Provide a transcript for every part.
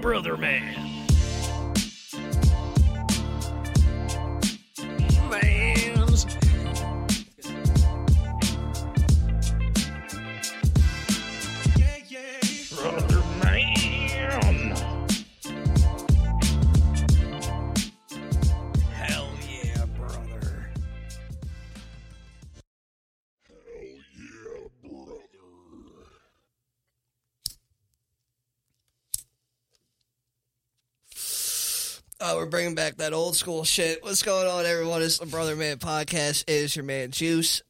Brother Man. Mans. Brother Man. Hell yeah, brother. Uh, we're bringing back that old school shit. What's going on, everyone? It's the Brother Man Podcast. It is your man Juice.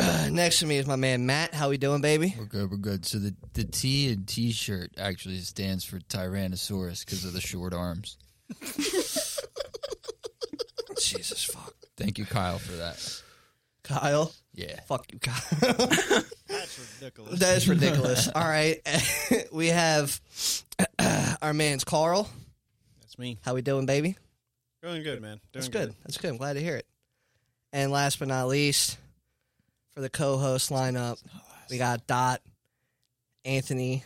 Next to me is my man Matt. How we doing, baby? We're good. We're good. So the the T and T shirt actually stands for Tyrannosaurus because of the short arms. Jesus fuck, Thank you, Kyle, for that. Kyle. Yeah. Fuck you, Kyle. That's ridiculous. that is ridiculous. All right, we have our man's Carl. That's me. How we doing, baby? Doing good, man. Doing That's good. That's good. I'm glad to hear it. And last but not least, for the co-host lineup, we got Dot, Anthony,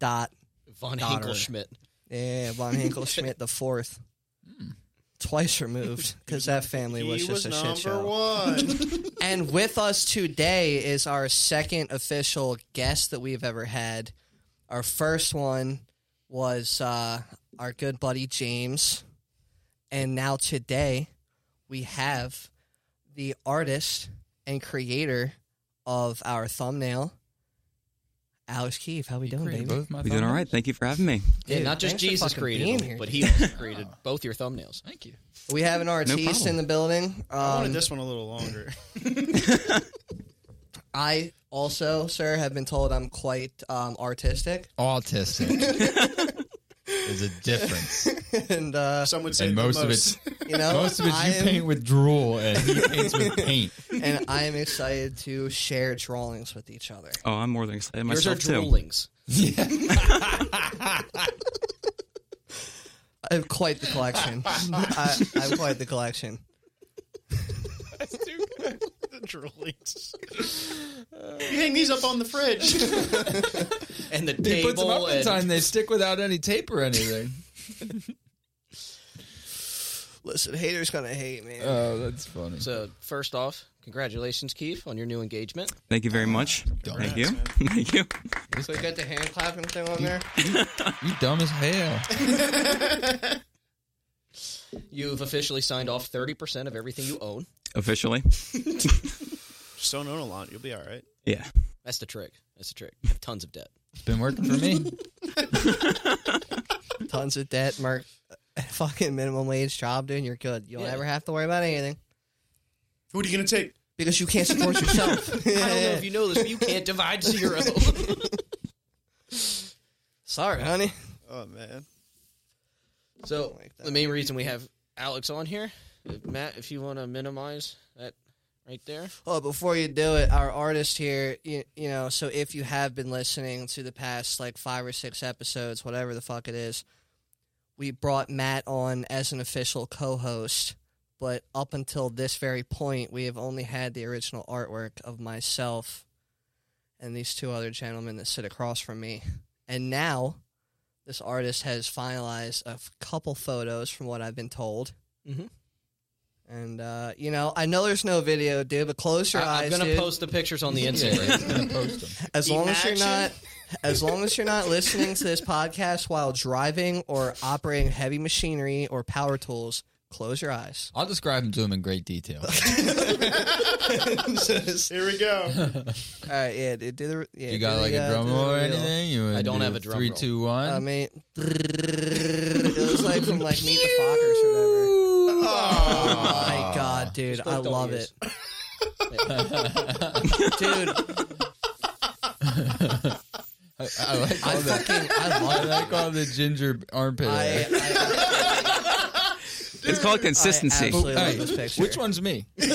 Dot, Von Daughter. Hinkelschmidt. yeah, Von Hinkle Schmidt the fourth, twice removed because that family He Hmm. was was, just a number shit show. one. And with us today is our second official guest that we've ever had. Our first one was uh, our good buddy James. And now today we have the artist and creator of our thumbnail, Alex Keefe. How we doing, Created baby? both my We doing all thumbnails? right. Thank you for having me. Yeah, Dude, not just thanks for Jesus fucking created being them, here but he also created both your thumbnails. Thank you. We have an artiste problem. in the building. I Um, wanted this one a little longer. I also, sir, have been told I'm quite um, artistic. Autistic. There's a difference. and, uh, Some would say and the most, most of it's you know, most of it I you am- paint with drool and he paints with paint. and I am excited to share drawings with each other. Oh, I'm more than excited Yours are myself too. droolings. I have quite the collection. I, I have quite the collection. the droolings. you hang these up on the fridge. And the He puts them table. up in And, time. They stick without any tape or anything. Listen, haters gonna hate, man. Oh, that's funny. so, first off, congratulations, Keith, on your new engagement. Thank you very much. Thank you. Thank you. so we got the hand clapping thing on there. you dumb as hell. You've officially signed off 30% of everything you own. Officially. Just don't own a lot. You'll be all right. Yeah. That's the trick. That's the trick. Have tons of debt. Been working for me. Tons of debt, Mark. Fucking minimum wage job, dude. You're good. You'll Yeah. never have to worry about anything What are you going to take? because you can't support yourself. I don't know if you know this, but you can't divide zero. Sorry, honey. Oh, man. so, like that. the main reason we have Alex on here, if- Matt, if you want to minimize that right there. Well, before you do it, our artist here, you, you know, so if you have been listening to the past like five or six episodes, whatever the fuck it is, we brought Matt on as an official co host. But up until this very point, we have only had the original artwork of myself and these two other gentlemen that sit across from me. And now this artist has finalized a f- couple photos from what I've been told. Mhm. And, uh, you know, I know there's no video, dude, but close your I, eyes. am going to dude. post the pictures on the Instagram. Yeah, he's gonna post them. As The long as you're action. not, as long as you're not listening to this podcast while driving or operating heavy machinery or power tools, close your eyes. I'll describe them to him in great detail. Here we go. All right, yeah, dude, do the, yeah, You got do like the, uh, a drum do the roll or reel. anything? You wanna I don't do have a drum Three, roll. two, one. I mean, it was like from like Meet the Fockers or whatever. Oh, Oh my god, dude, Just I clicked on love yours. it, dude. I, I like all I the, fucking, I I love it. like all the ginger armpit. I, hair. I, It's called I consistency. absolutely love Hey, this picture. which one's me? Now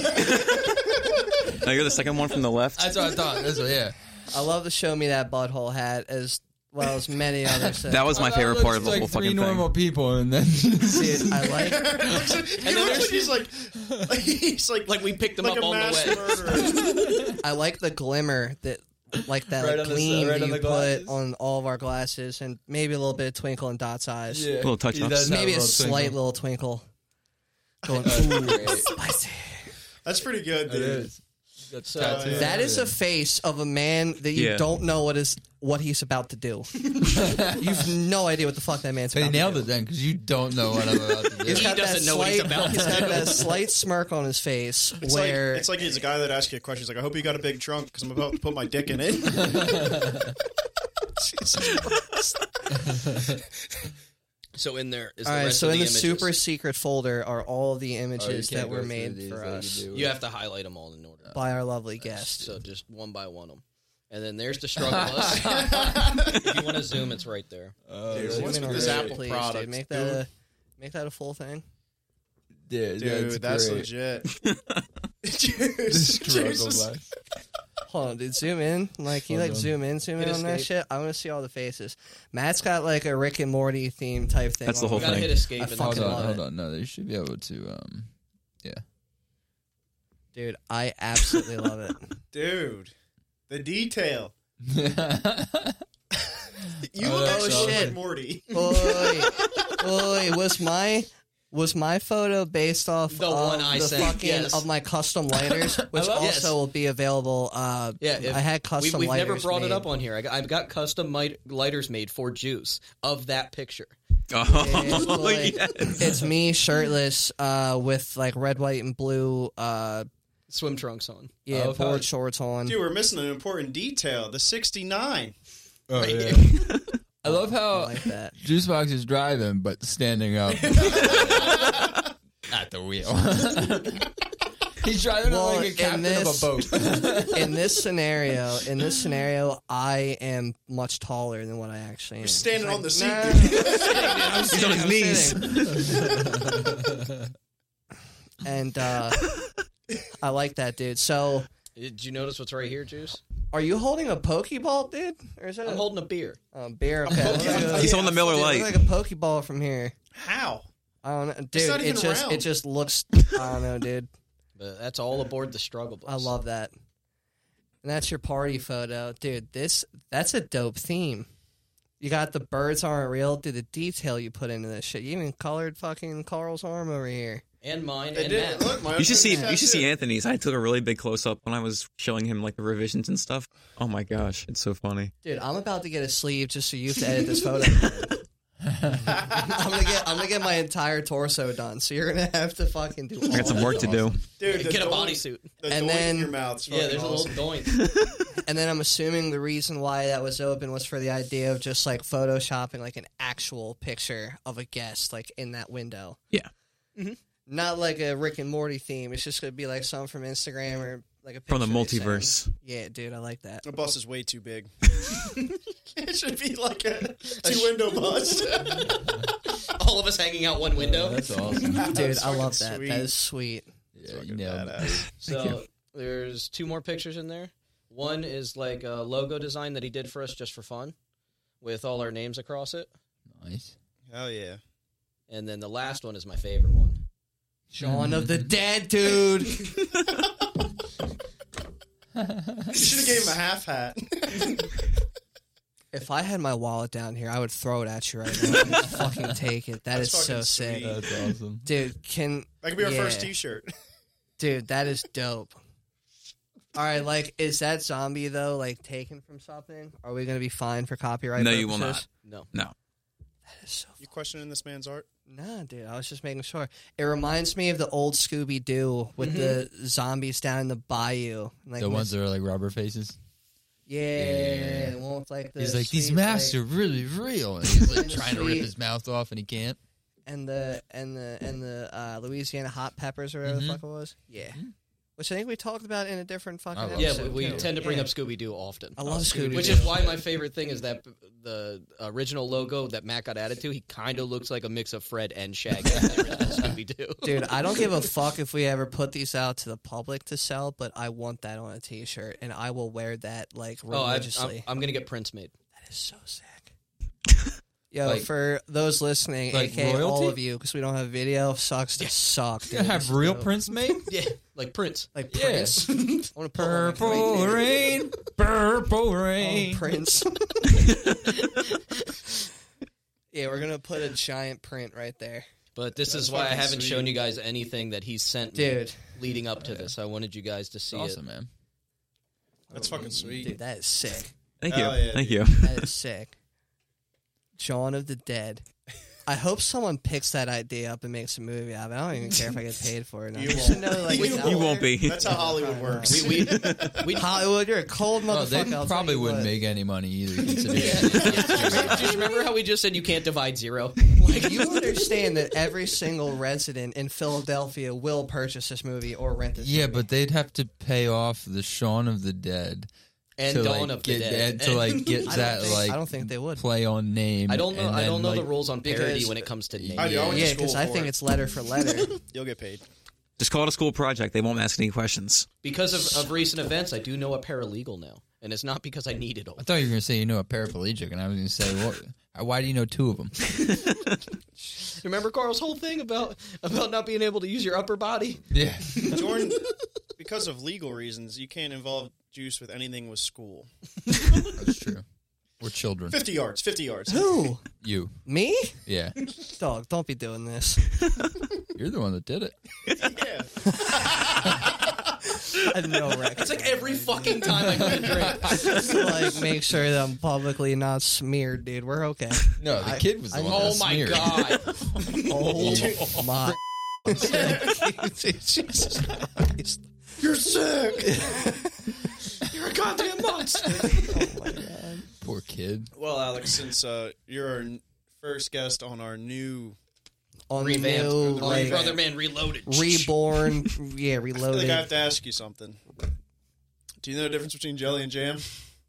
Oh, you're the second one from the left. That's what I thought. That's what, yeah. I love the show me that butthole hat as well as many others. That was my I thought it favorite part of looks the like whole three fucking normal thing. people, and then dude, I like. Looks like- he looks like he's like, he's like, Like we picked them like up a on mass the way. murderer. I like the glimmer that like that Right like, on the s- gleam right that on you the put glasses. on all of our glasses, and maybe a little bit of twinkle in Dot's eyes. Yeah. Little touch He up. does have Maybe a, little twinkle. slight little twinkle. Going, Ooh. "Ooh, spicy." That's pretty good, It dude. is. That's So, tattooed. That is a face of a man that you Yeah. don't know what is what he's about to do. You've no idea what the fuck that man's about They to nailed do. it then because you don't know what I'm about to do. He's He got that doesn't know what he's slight- about He's to got do. that slight smirk on his face It's where like it's like he's a guy that asks you a question. He's like, "I hope you got a big trunk because I'm about to put my dick in it." Jesus Christ. so in there is all the right, rest so of in the, images. super secret folder are all the Oh, you images can't that were go made through these for like you us do with- You have to highlight them all in order. by our lovely guest. So just one by one them. And then there's the struggle list. if you want to zoom, it's right there. Oh, Dude, that's Zoom what's in with on this that, Apple please, product, Dude. Make that dude? a make that a full thing. dude, dude, that's, that's great. legit. Dude, This struggle Jesus. life. Hold on, dude. Zoom in. Like you Hold like on. zoom in, zoom in Hit on that escape. shit. I want to see all the faces. Matt's got like a Rick and Morty theme type thing. That's the on. whole You gotta thing. hit escape. I and fucking Hold on, love hold it. on. No, they should be able to. Um, dude. I absolutely love it. dude. The detail. You Oh, look that's actually shit. like Morty. Oi, oi, was my was my photo based off The of one I the sent, fucking yes. of my custom lighters, which also love- Yes. will be available. Uh, Yeah, if- I had custom. we, have lighters never brought made. it up on here. I got, I've got custom mite- lighters made for juice of that picture. Oh, It's yes. like- It's me shirtless, uh, with like red, white, and blue, uh, Swim trunks on. yeah, Oh, board fuck. shorts on. Dude, we're missing an important detail. The 69. oh, yeah. I love I how like that. Juicebox is driving but standing up at the wheel. He's driving Well, like a in captain this- of a boat. In this scenario, in this scenario, I am much taller than what I actually am. You're standing on the seat. He's on his knees. and uh, I like that, dude. So, Did you notice what's right here, Juice? are you holding a pokeball, dude, or is that I'm a holding a beer. um, beer? Okay, holding- Looks like a- He's on the Miller dude, looks like Lite. a pokeball from here. How? I don't know, dude. not it even just it round. just looks. I don't know, dude. But that's all aboard the struggle bus. I love that. And that's your party photo, dude. This that's a dope theme. You got the birds aren't real. Dude, the detail you put into this shit. You even colored fucking Carl's arm over here. And mine It and did. Matt's. Look, my You should see. that's You should see it. Anthony's. I took a really big close up when I was showing him like the revisions and stuff. Oh my gosh, it's so funny. Dude, I'm about to get a sleeve just so you have to edit this photo. I'm gonna get I'm gonna get my entire torso done. So you're gonna have to fucking do all I got some that. work to do. Dude, the Get a doink- bodysuit. The And doink then- in your mouth's Yeah, there's a little awesome. doink. And then I'm assuming the reason why that was open was for the idea of just like photoshopping like an actual picture of a guest like in that window. Yeah. Mm-hmm. Not like a Rick and Morty theme. It's just gonna be like something from Instagram or like a From the picture they send. multiverse. Yeah, dude, I like that. The bus is way too big. it should be like a two window bus. all of us hanging out one window. That's awesome. Dude, I love that. That is sweet. Yeah, you nailed it. So there's two more pictures in there. One is like a logo design that he did for us just for fun, with all our names across it. Nice. Hell yeah. And then the last one is my favorite one. Mm-hmm. Dawn of the Dead, dude. You should have gave him a half hat. If I had my wallet down here, I would throw it at you right now. Just fucking take it. That's That's so fucking sick, sweet. That's awesome. dude. Can That could be our Yeah. first t shirt. dude? That is dope. All right, like, is that zombie though? Like, taken from something? Are we gonna be fine for copyright? No, purposes? you will not. No, No. That is so. You questioning this man's art? Nah, dude. I was just making sure. It reminds me of the old Scooby Doo with Mm-hmm. the zombies down in the bayou. Like the ones Miss- that are like rubber faces. yeah, the one with, like the he's like, these sleeve, masks like- are really real. And he's like And trying to rip sweet. his mouth off and he can't. and the and the and the uh, Louisiana hot peppers or whatever the Mhm. fuck it was. Yeah, which I think we talked about in a different fucking. I love yeah, episode, we, we too. tend to bring Yeah. up Scooby Doo often. I love Scooby. Which is why my favorite thing is that the original logo that Matt got added to, he kind of looks like a mix of Fred and Shaggy. Scooby Doo. Dude, I don't give a fuck if we ever put these out to the public to sell, but I want that on a T-shirt, and I will wear that like Oh, I, I'm, religiously. I'm gonna get prints made. that is so sick. Yo, Like- for those listening, Like aka all royalty? of you, because we don't have video, sucks to suck. You gotta dude. have real So, prints made. Yeah, like Prince. Like Yeah. Prince. I want to Purple rain, purple rain. Prince. yeah, we're gonna put a giant print right there, But this is why I haven't shown you guys anything that he sent me dude. leading up to this. I wanted you guys to It's see awesome, man. That's fucking Dude, sweet. that is sick. Thank you. Hell yeah, Thank dude. you. That is sick. Dawn of the Dead. I hope someone picks that idea up and makes a movie out of it. I don't even care if I get paid for it. Or not. You Just won't. know, like, You it's out You won't there. be. That's how Hollywood works. it. We, we, we, Hollywood, you're a cold Well, motherfucker. Oh, they I'll tell probably you wouldn't what. make any money either. Considering do you remember how we just said you can't divide zero? Like, you understand that every single resident in Philadelphia will purchase this movie or rent this. yeah, but they'd have to pay off the Shaun of the Dead And to Dawn like of the get Dead. that- to like get I don't that think- like I don't think they would. play on name. I don't know. and I then, don't know the like, rules on parody because- when it comes to I names. I do. I went Yeah, to school because I for think it. it's letter for letter. You'll get paid. Just call it a school project. They won't ask any questions. Because of, of recent events, I do know a paralegal now, and it's not because I need it all. I thought you were gonna say you know a paraplegic, and I was gonna say what? Why do you know two of them? Remember Carl's whole thing about about not being able to use your upper body? Yeah, Jordan, because of legal reasons, you can't involve juice with anything with school. that's true. We're children. 50 yards, 50 yards. Who? You, Me? yeah, Dog, don't be doing this. you're the one that did it. Yeah. I have no record. It's like every fucking time I get a drink. Just to, like make sure that I'm publicly not smeared, dude. We're okay. No, the kid was the one. Oh that my smeared. god! Oh my! Jesus Christ. You're sick. You're a goddamn monster. poor kid. Well, Alex, since uh, you're our n- first guest on our new, On the Revamped. new, The like, Brother Man Reloaded. reborn, yeah, I Oh, think reloaded. I have to ask you something. Do you know the difference between jelly and jam?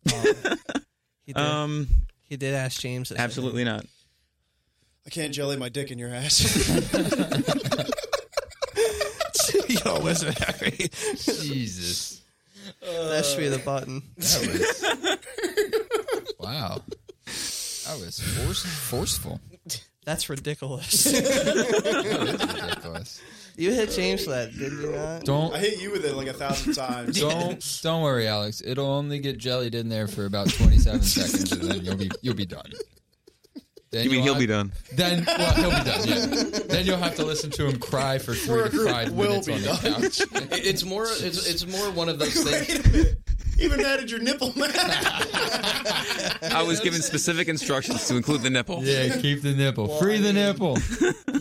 he, did, Um, he did ask James. that. absolutely not. I can't jelly my dick in your ass. Yo, listen, Harry. Jesus, That should be the button. that was wow. That was force, forceful. That's ridiculous. That was ridiculous. you hit James for that, didn't you? Not? Don't I hit you with it like a thousand times. Don't don't worry, Alex. It'll only get jellied in there for about twenty seven seconds, and then you'll be you'll be done. Then You mean you'll he'll be have- done? Then well, he'll be done. Yeah. then you'll have to listen to him cry for three to five will minutes be on done. the couch. It- It's more. It's, it's more one of those things. Even added your nipple, man. I was given specific instructions to include the nipple. Yeah, keep the nipple, free the nipple.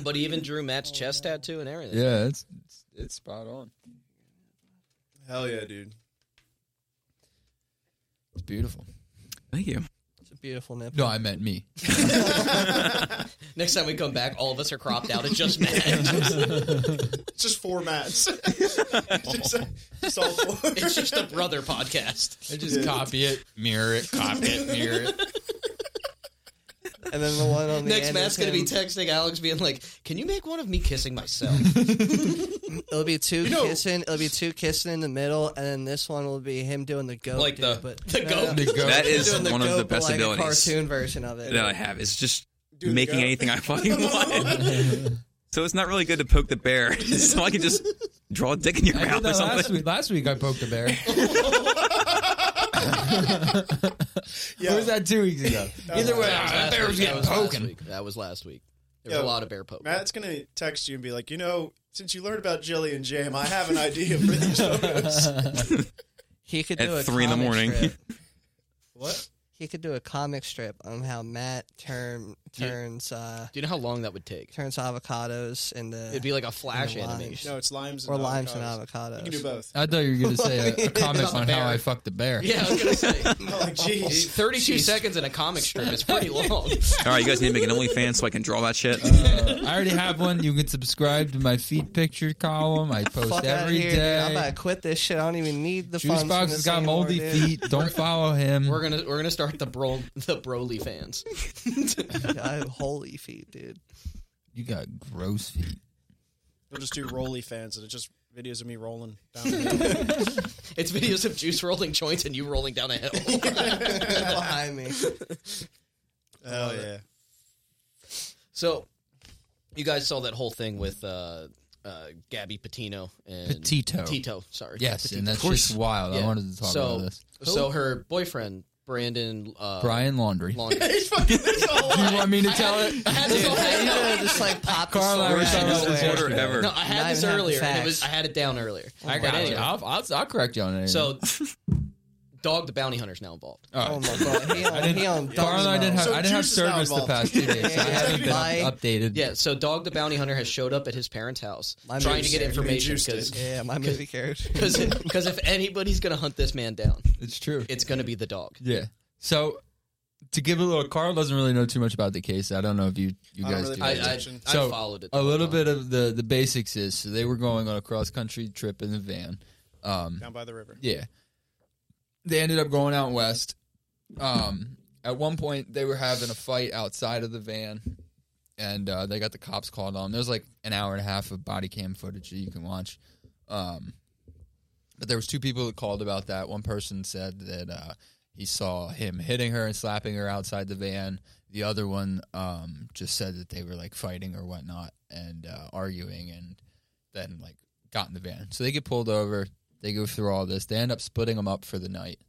But he even drew Matt's chest tattoo and everything. Yeah, it's it's, it's spot on. Hell yeah, dude. It's beautiful. Thank you. It's a beautiful nipple. No, I meant me. Next time we come back, all of us are cropped out. It's just Matt. It's just four mats. just, just all four. it's just a brother podcast. I just copy it, mirror it, copy it, mirror it. And then the one on the Next, end Matt's is gonna be him. texting Alex, being like, "Can you make one of me kissing myself?" It'll be two know- kissing. It'll be two kissing in the middle, and then this one will be him doing the goat. Like the- dude, but the goat. The goat. That is doing the one of the goat, but best like A abilities cartoon version of it. that I have. It's just Dude, making go. anything I fucking want. so it's not really good to poke the bear. so I can just draw a dick in your I did mouth or that something. last week. Last week I poked a bear. Yeah. Or was that two weeks ago? Either way, That I was was last week. That getting was last poking. week. That was last week. There was Yeah. a lot of bear poking. Matt's gonna text you and be like, you know, since you learned about jelly and jam, I have an idea for these photos. He could At do a three in the comic morning. strip. what? He could do a comic strip on how Matt turn, turns uh, Do you know how long that would take? turns avocados into It'd be like a flash into limes. animation. No, it's limes and or limes and avocados. avocados. You can do both. I thought you were going to say a, a comment About the on bear. how I fucked the bear. Yeah, I was gonna say. I'm like, Oh, jeez. 32 seconds in a comic strip is pretty long. All right, you guys need to make an OnlyFans so I can draw that shit. Uh, I already have one. You can subscribe to my feet picture column. I post Fuck out of every here, dude. I'm day. about to quit this shit. I don't even need the funds. Juicebox from has this got anymore, moldy dude. feet. Don't follow him. We're gonna we're gonna start the bro the Broly fans. I have holy feet, dude. You got gross feet. We'll just do rolly fans, and it's just videos of me rolling down the hill. It's videos of juice rolling joints and you rolling down a hill. Behind me. Hell yeah. So, you guys saw that whole thing with uh, uh, Gabby Patino and Petito. Tito, sorry. Yes, Petito. and that's Of course. just wild. I Yeah. wanted to talk So- about this. so her boyfriend Brandon uh, Brian Laundry. Laundry. He's fucking this whole Do you want me to tell it? Dude, how you gonna just like pop the Carl, I story was out of talking about nowhere? this Order ever. No, I Not had this even have the earlier. And it facts. was I had it down earlier. I got But it. anyway, I'll, I'll, I'll correct you on it. So, Dog the Bounty Hunter's now involved. Oh my god, he on, he on Carl and I didn't have So I didn't have juice is now service the involved. past two days. so I haven't been Bye. up- updated. Yeah, so Dog the Bounty Hunter has showed up at his parents' house My trying to moves get are- information Juiced because Yeah, my movie character. because if anybody's gonna hunt this man down, it's true. it's gonna be the dog. yeah. So to give a little, Carl doesn't really know too much about the case. I don't know if you you I don't guys really do. I, pay either. I, attention. I So, followed it a little Uh, bit of the the basics is so they were going on a cross country trip in the van. Um, down by the river. yeah, they ended up going out west. Um, at one point, they were having a fight outside of the van, and uh, they got the cops called on. 'em. There's like an hour and a half of body cam footage that you can watch. Um, but there was two people that called about that. One person said that uh, he saw him hitting her and slapping her outside the van. The other one um, just said that they were like fighting or whatnot and uh, arguing, and then like got in the van. So they get pulled over. They go through all this. They end up splitting them up for the night,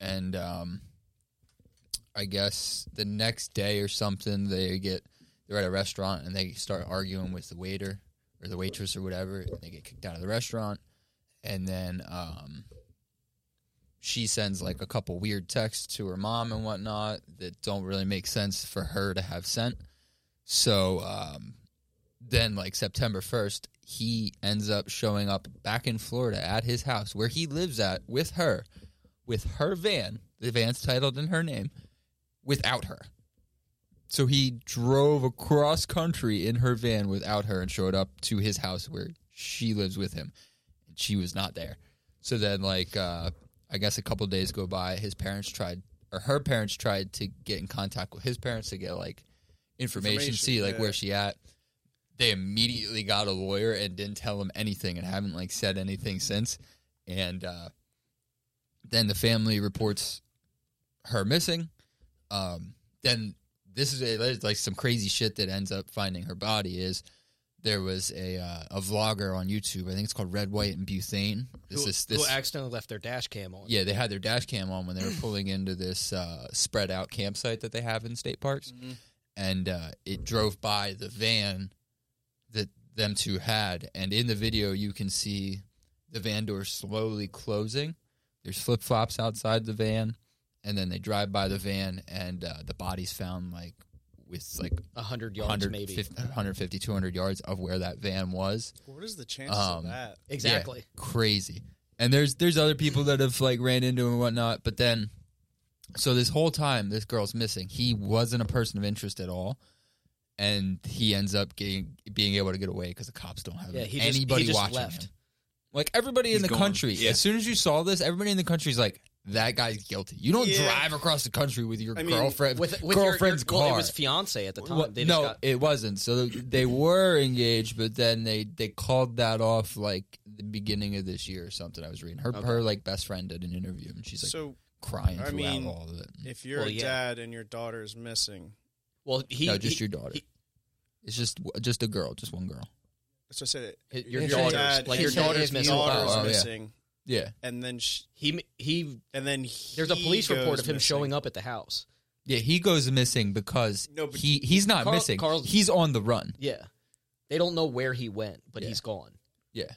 and um, I guess the next day or something they get they're at a restaurant and they start arguing with the waiter or the waitress or whatever, and they get kicked out of the restaurant and then um, she sends like a couple weird texts to her mom and whatnot that don't really make sense for her to have sent. So um, then, like September first, he ends up showing up back in Florida at his house where he lives at with her, with her van. The van's titled in her name, without her. So he drove across country in her van without her and showed up to his house where she lives with him and she was not there. So then, like, uh, I guess a couple days go by. His parents tried, or her parents tried to get in contact with his parents to get like information, Information, see like yeah. where she at. They immediately got a lawyer and didn't tell him anything and haven't like said anything since. And uh, then the family reports her missing. Um, then this is a, there's, like some crazy shit that ends up finding her body is there was a uh, a vlogger on YouTube. I think it's called Red, White, and Butane. This who, is this. who accidentally left their dash cam on. yeah, they had their dash cam on when they were pulling into this uh, spread out campsite that they have in state parks, Mm-hmm. and uh, it drove by the van that them two had. And in the video, you can see the van door slowly closing. There's flip flops outside the van, and then they drive by the van, and uh, the body's found like with like a hundred yards 100, maybe. 150, 200 yards of where that van was. What is the chances Um, of that? Exactly. crazy. And there's there's other people that have like ran into him and whatnot, but then so this whole time this girl's missing. He wasn't a person of interest at all, and he ends up getting being able to get away because the cops don't have Yeah, he just- anybody he just watching left. him. Like everybody He's in the gone. country, Yeah. as soon as you saw this, everybody in the country's like, "That guy's guilty." You don't Yeah. drive across the country with your I mean, girlfriend, With, with your- girlfriend's your, car. Well, it was fiance at the time. Well, They just no, got- it wasn't. So they were engaged, but then they they called that off like the beginning of this year or something. I was reading her her like best friend did an interview and she's like so crying I throughout mean, all of it. if you're Well, a yeah. dad and your daughter is missing, well, he no, just he- your daughter. he- it's just just a girl, just one girl. that's what I said. His- your If daughter's- dad- like, if your daughter's if missing. daughter's Oh, oh, yeah. missing, Yeah, and then she, he he. and then he There's a police report goes of him missing. showing up at the house. yeah. He goes missing because No, but he he's not Carl- missing. Carl's- he's on the run. Yeah, they don't know where he went, but Yeah. he's gone. Yeah,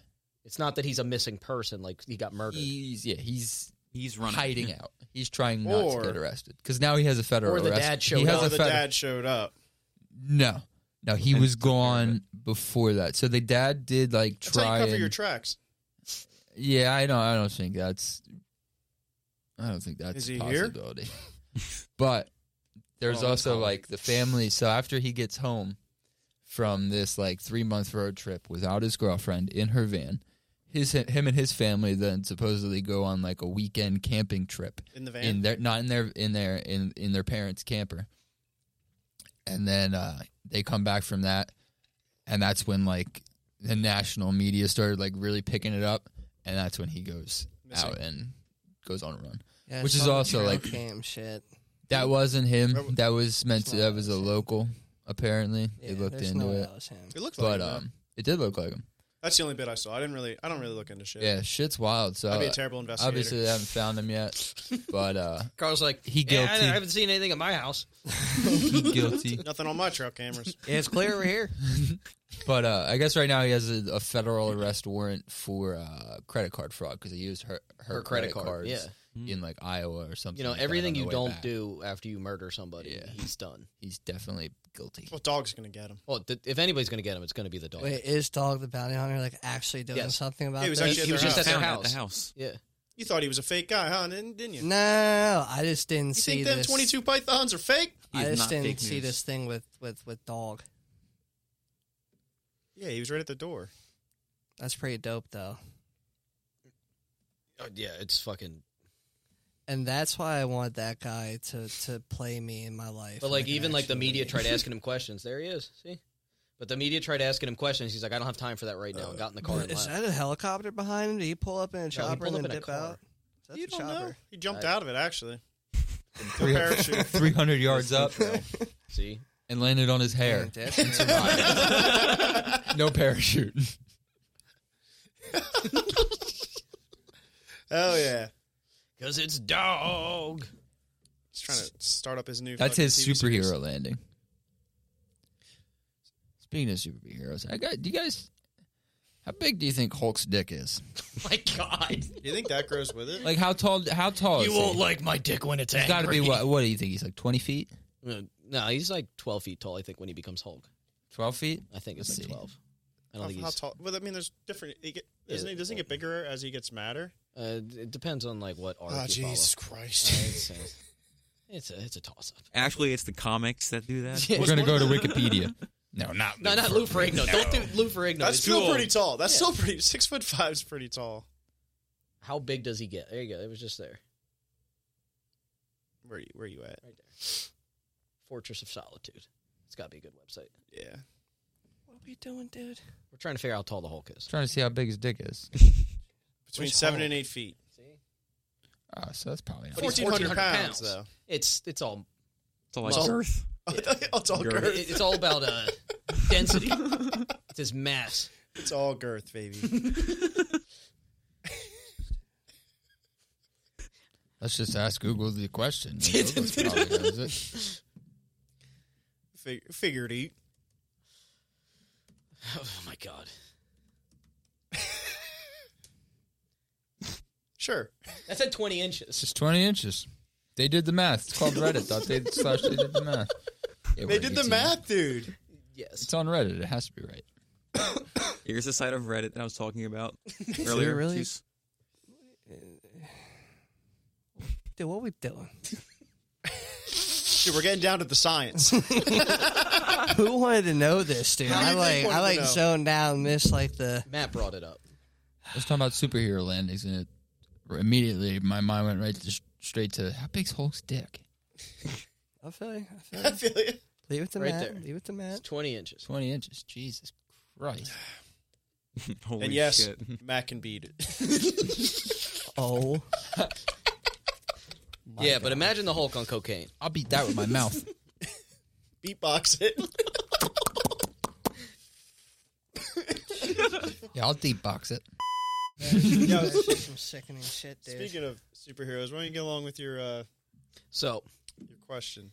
It's not that he's a missing person, like he got murdered. he's yeah he's He's running. hiding out. He's trying not Or- to get arrested because now he has a federal Or the arrest. dad he showed has No, the a federal, dad showed up. No, no, he was gone before that. So the dad did like That's how try. you cover and- your tracks. yeah, I don't. I don't think that's. I don't think that's Is a he here? possibility. but there's Oh, also Tom. like the family. So after he gets home from this like three month road trip without his girlfriend in her van, his him and his family then supposedly go on like a weekend camping trip In the van. in their not in their in their in in their parents' camper. And then uh, they come back from that, and that's when like the national media started like really picking it up, and that's when he goes Missing. out and goes on a run. Yeah, Which it's on is the also, trail like- cam shit. That wasn't him. That wa- That was meant It's to. not That was a us. local. Apparently, Yeah, they looked there's into no way it, that was him. It looked like but it, though. um, it did look like him. that's the only bit I saw. I didn't really. I don't really look into shit. Yeah, shit's wild. So uh, I'd be a terrible investigator. obviously, they haven't found him yet. But uh, Carl's like, He "Yeah, I- guilty. I, haven't seen anything at my house. he guilty. Nothing on my trail cameras. Yeah, it's clear over here. But uh, I guess right now he has a, a federal arrest warrant for uh, credit card fraud because he used her her, Her credit, credit card, cards in like Iowa or something. You know, like that on everything the you way don't back. do after you murder somebody, Yeah. he's done. He's definitely guilty. Well, dog's gonna get him. Well, th- if anybody's going to get him, it's going to be the dog. Wait, is Dog the Bounty Hunter like actually doing Yes. something about He was this? actually at he was their just at house. their Found house. at the house. Yeah. You thought he was a fake guy, huh? Didn't, didn't you? No, I just didn't you see think them this. twenty two pythons are fake? He I is just not didn't fake see news. this thing with with with Dog. Yeah, he was right at the door. That's pretty dope though, Oh, yeah, it's fucking. and that's why I want that guy to to play me in my life. But in, like, an even like the actual media movie. tried asking him questions. There he is. See, but the media tried asking him questions. He's like, I don't have time for that right now. Got in the car and Is left. that a helicopter behind him? Did he pull up in a he chopper and pulled up then in a dip car. out? That's You a don't know. chopper. He jumped I- out of it actually. Three Parachute. hundred yards up See, and landed on his hair. No parachute. Oh yeah. because it's dog. He's trying to start up his new. That's fucking his TV superhero series. landing. Speaking of superheroes, I got do you guys. How big do you think Hulk's dick is? My God, You think that grows with it? Like how tall? How tall? is he? like my dick when it's He's got to be what? What do you think? He's like twenty feet, No, he's like twelve feet tall. I think when he becomes Hulk, twelve feet. I think it's Let's like see. twelve. I How, don't think how he's. tall? Well, I mean, there's different. He get, Yeah. isn't he? Doesn't he get bigger as he gets madder? Uh, it depends on like Ah, what arc you follow. Christ! Uh, it's, uh, it's a it's a toss up. Actually, it's the comics that do that. We're gonna go to Wikipedia. No, not No, not Lou Ferrigno. Don't do Lou Ferrigno. That's He's still too old. pretty tall. That's still pretty. Six foot five is pretty tall. How big does he get? There you go. It was just there. Where you, where you at? Right there. Fortress of Solitude. It's got to be a good website. Yeah. What are we doing, dude? We're trying to figure out how tall the Hulk is. Trying to see how big his dick is. Between Which seven hole? and eight feet. See, Oh, so that's probably not. But he's 1,400 1,400 pounds, pounds. though. it's it's all It's all like Well- girth. Oh, it's all Girth. girth. it- it's all about uh, density. It's his mass. It's all girth, baby. Let's just ask Google the question. Google's probably knows it. Fig- figured eat. Oh my god, Sure. that's at twenty It's inches. just twenty inches. They did the math. It's called Reddit. Dot they slash they did the math. They Yeah, we're did the 18. math, dude. Yes. It's on Reddit. It has to be right. Here's the site of Reddit that I was talking about earlier. really? Jeez. Dude, what are we doing? Dude, we're getting down to the science. All Who wanted to know this, dude? How do I you think like I wanted to like know? zoned down and missed like the Matt brought it up. Let's talk about superhero landings, and it immediately my mind went right to, straight to how big's Hulk's dick? I feel you. I feel you. Leave it to Right Matt. there. Leave it to It's Matt. twenty inches. Twenty inches. Jesus Christ. Holy and yes, shit. Matt can beat it. Oh. My yeah, God. but imagine the Hulk on cocaine. I'll beat that with my mouth. Beatbox it. Yeah, I'll deep box it. Yo, That's just some sickening shit, dude. speaking of superheroes, why don't you get along with your uh, So your question?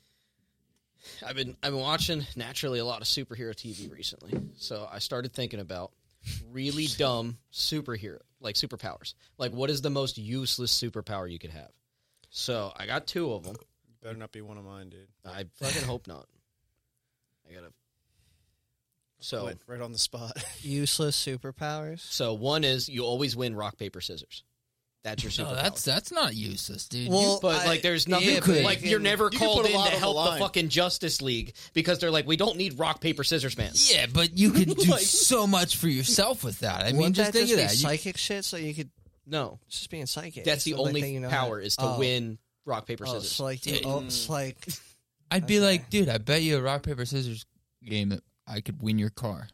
I've been I've been watching naturally a lot of superhero TV recently. So I started thinking about really dumb superhero like superpowers. Like what is the most useless superpower you could have? So I got two of them. Better not be one of mine, dude. I fucking hope not. I gotta. So Went right on the spot. Useless superpowers. so one is you always win rock paper scissors. That's your Oh, superpower. No, Oh, that's that's not useless, dude. Well, But I- like, there's nothing yeah, but like you you're can- never can called put a in to lot on the help the, line. fucking Justice League because they're like, we don't need rock paper scissors, man. You- yeah, but you could do Like- so much for yourself with that. I mean, Wouldn't just that think just of be that. You- psychic shit, so you could No, it's just being psychic. that's the So, like, only that you know how- power is to Oh. win rock paper Oh, scissors. it's like you, Dude. oh, it's like I'd be Okay. like, dude, I bet you a rock paper scissors game that I could win your car.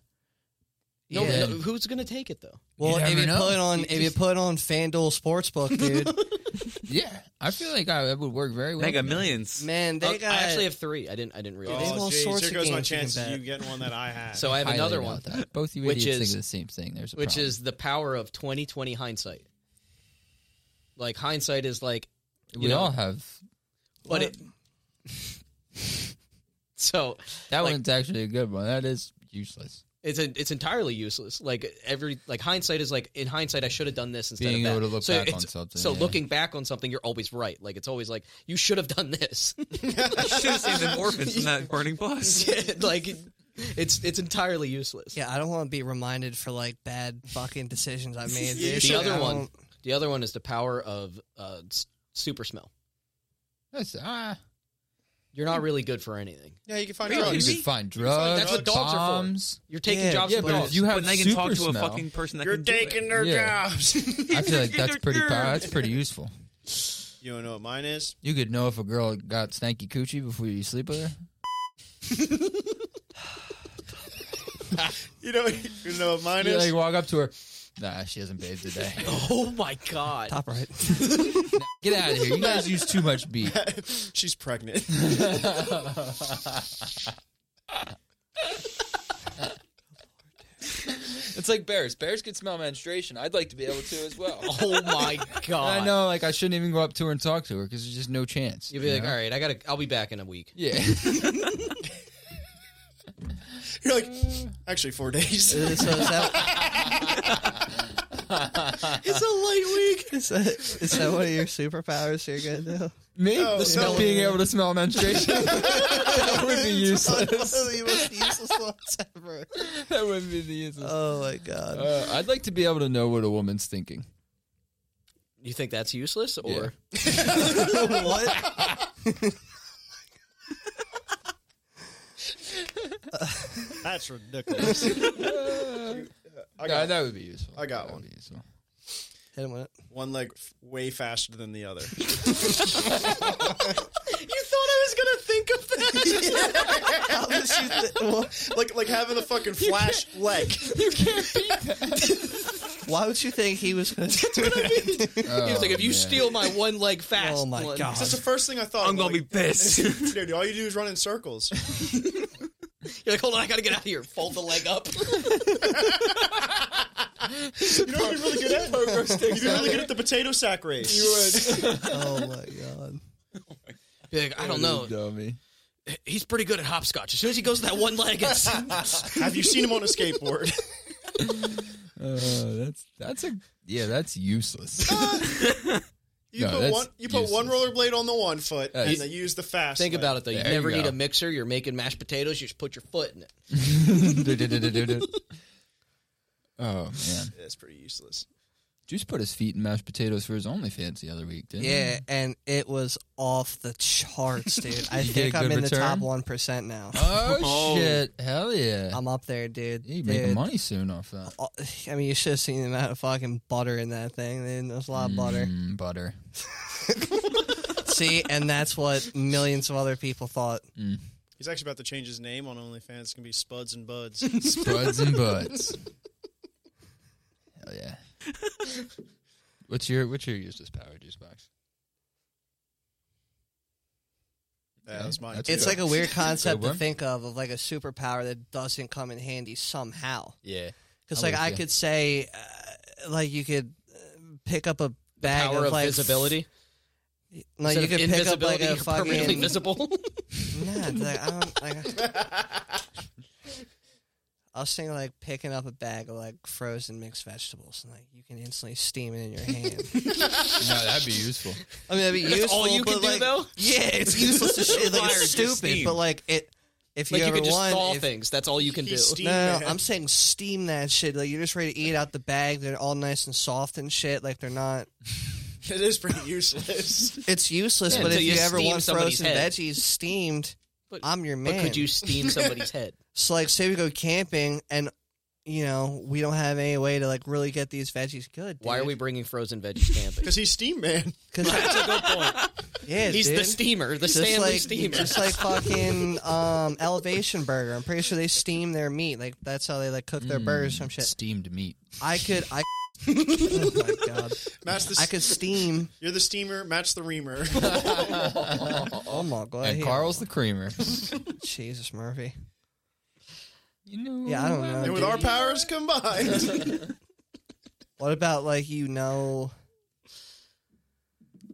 no, Yeah. no, who's gonna take it though? Well, You if never you know. put it on, You if you just- put it on FanDuel Sportsbook, dude, Yeah, I feel like I, that would work very well. Mega Millions. Man, they Oh, got. I actually have three. I didn't. I didn't Oh, realize. they have all jeez, sorts here of goes my games you can chance bet. of you getting one that I had. so I have Highly another doubt one, That. Both you which idiots is- think the same thing. There's a which problem. is the power of 2020 hindsight. Like hindsight is like, you we know, all have. but it. so That like- one's actually a good one. That is useless. it's a, it's entirely useless. Like every like hindsight is like in hindsight I should have done this instead Being of that. able to look so back it's- on something, So yeah. looking back on something, you're always right. Like it's always like you should have done this. should have saved them orphans in that burning bus. like it's it's entirely useless. Yeah, I don't want to be reminded for like bad fucking decisions I made. Yeah, dude. The Sure, other I one, don't- the other one is the power of uh, s- super smell. That's ah. You're not really good for anything. yeah, you can find Really? You drugs. Excuse can me? find drugs. That's what dogs are for. bombs. You're taking Yeah, jobs yeah, from but if dogs. you have when they can talk to super a smell. fucking person that You're can do it. taking their Yeah. jobs. I feel like that's pretty power. That's pretty useful. you want to know what mine is? You could know if a girl got stanky coochie before you sleep with her. You know, you know what mine You is? like walk up to her. Nah, she hasn't bathed today. oh my god! Top right. Get out of here. You guys use too much beef. She's pregnant. It's like bears. Bears can smell menstruation. I'd like to be able to as well. Oh my god! I know, like I shouldn't even go up to her and talk to her because there's just no chance. You'll be like, all right, I gotta. I'll be back in a week. yeah, You're like, actually, four days. so is that, It's a light week. is, that, is that one of your superpowers you're gonna do? me No, the smell no. being able to smell menstruation that would be useless. the most useless ones ever. That would be the useless. Oh my god. Uh, I'd like to be able to know what a woman's thinking. You think that's useless, or Yeah. what? That's ridiculous. I Yeah, got that would be useful. I got That one. would be useful. Hit him with it. one leg f- way faster than the other. you thought I was gonna think of that? How did you th- well, like like having the fucking flash leg. you can't beat that. why would you think he was gonna do it? he was like, if you Oh, man. steal my one leg fast, Oh my one- god. That's the first thing I thought. I'm gonna be like, pissed. Dude, all you do is run in circles. You're like, hold on, I gotta get out of here. Fold the leg up. You know what you're really good at? You're really good at the potato sack race. Oh my god. Be like, I don't Oh, know. Dummy. He's pretty good at hopscotch. As soon as he goes to that one leg, it's Have you seen him on a skateboard? Uh, that's that's a yeah. That's useless. You No, put that's one. You put one useless. rollerblade on the one foot, Uh, and you- they use the fast. Think about it though. You There you never need go. a mixer. You're making mashed potatoes. You just put your foot in it. oh man, That's pretty useless. Juice put his feet in mashed potatoes for his OnlyFans the other week, didn't he? Yeah, and it was off the charts, dude. I You get think a I'm good in the top return? one percent now. Oh, Oh. shit! Hell yeah! I'm up there, dude. you Dude, making money soon off that all- I mean, you should have seen the amount of fucking butter in that thing. Dude. There's a lot of butter. Mm, butter. See, and that's what millions of other people thought. He's actually about to change his name on OnlyFans. It's gonna be Spuds and Buds. Spuds and butts. Hell yeah. What's your what's your useless power juice box? that was mine. That's too. It's like a weird concept to one. think of, of like a superpower that doesn't come in handy somehow. Yeah. Because I'm like with I you. could say, uh, like you could uh, pick up a bag Power of, of like visibility. No, you Instead could of pick up like invisibility, a you're permanently fucking. visible. Nah, it's like, I don't, like, I was thinking like picking up a bag of like frozen mixed vegetables and like you can instantly steam it in your hand. No, that'd be useful. I mean, that'd be That's useful. all you but, can do, like, though? Yeah, it's useless as shit. Like, Fires it's just stupid, steam. but like it. If you like you ever can just won, thaw if- things. That's all you can do. He's steam no, man. no, I'm saying steam that shit. Like you're just ready to eat out the bag. They're all nice and soft and shit. Like they're not. It is pretty useless. It's useless. Yeah, but if until you, you ever steam want somebody's frozen head. veggies steamed, But- I'm your But man. could you steam somebody's head? So like, say we go camping and. You know, we don't have any way to like really get these veggies good. Why are we bringing frozen veggies camping? Because he's Steam Man. Because That's a good point. yeah, He's the dude. steamer, the just Stanley like steamer. just like fucking um, elevation burger. Mm. I'm pretty sure they steam their meat. Like that's how they like cook their burgers or some shit. Steamed meat. I could I Oh my god! Match the. I could steam. you're the steamer. Match the reamer. Oh my god! and yeah. Carl's the creamer. Jesus Murphy. you know, Yeah, I don't know. and with our powers combined, What about like you know?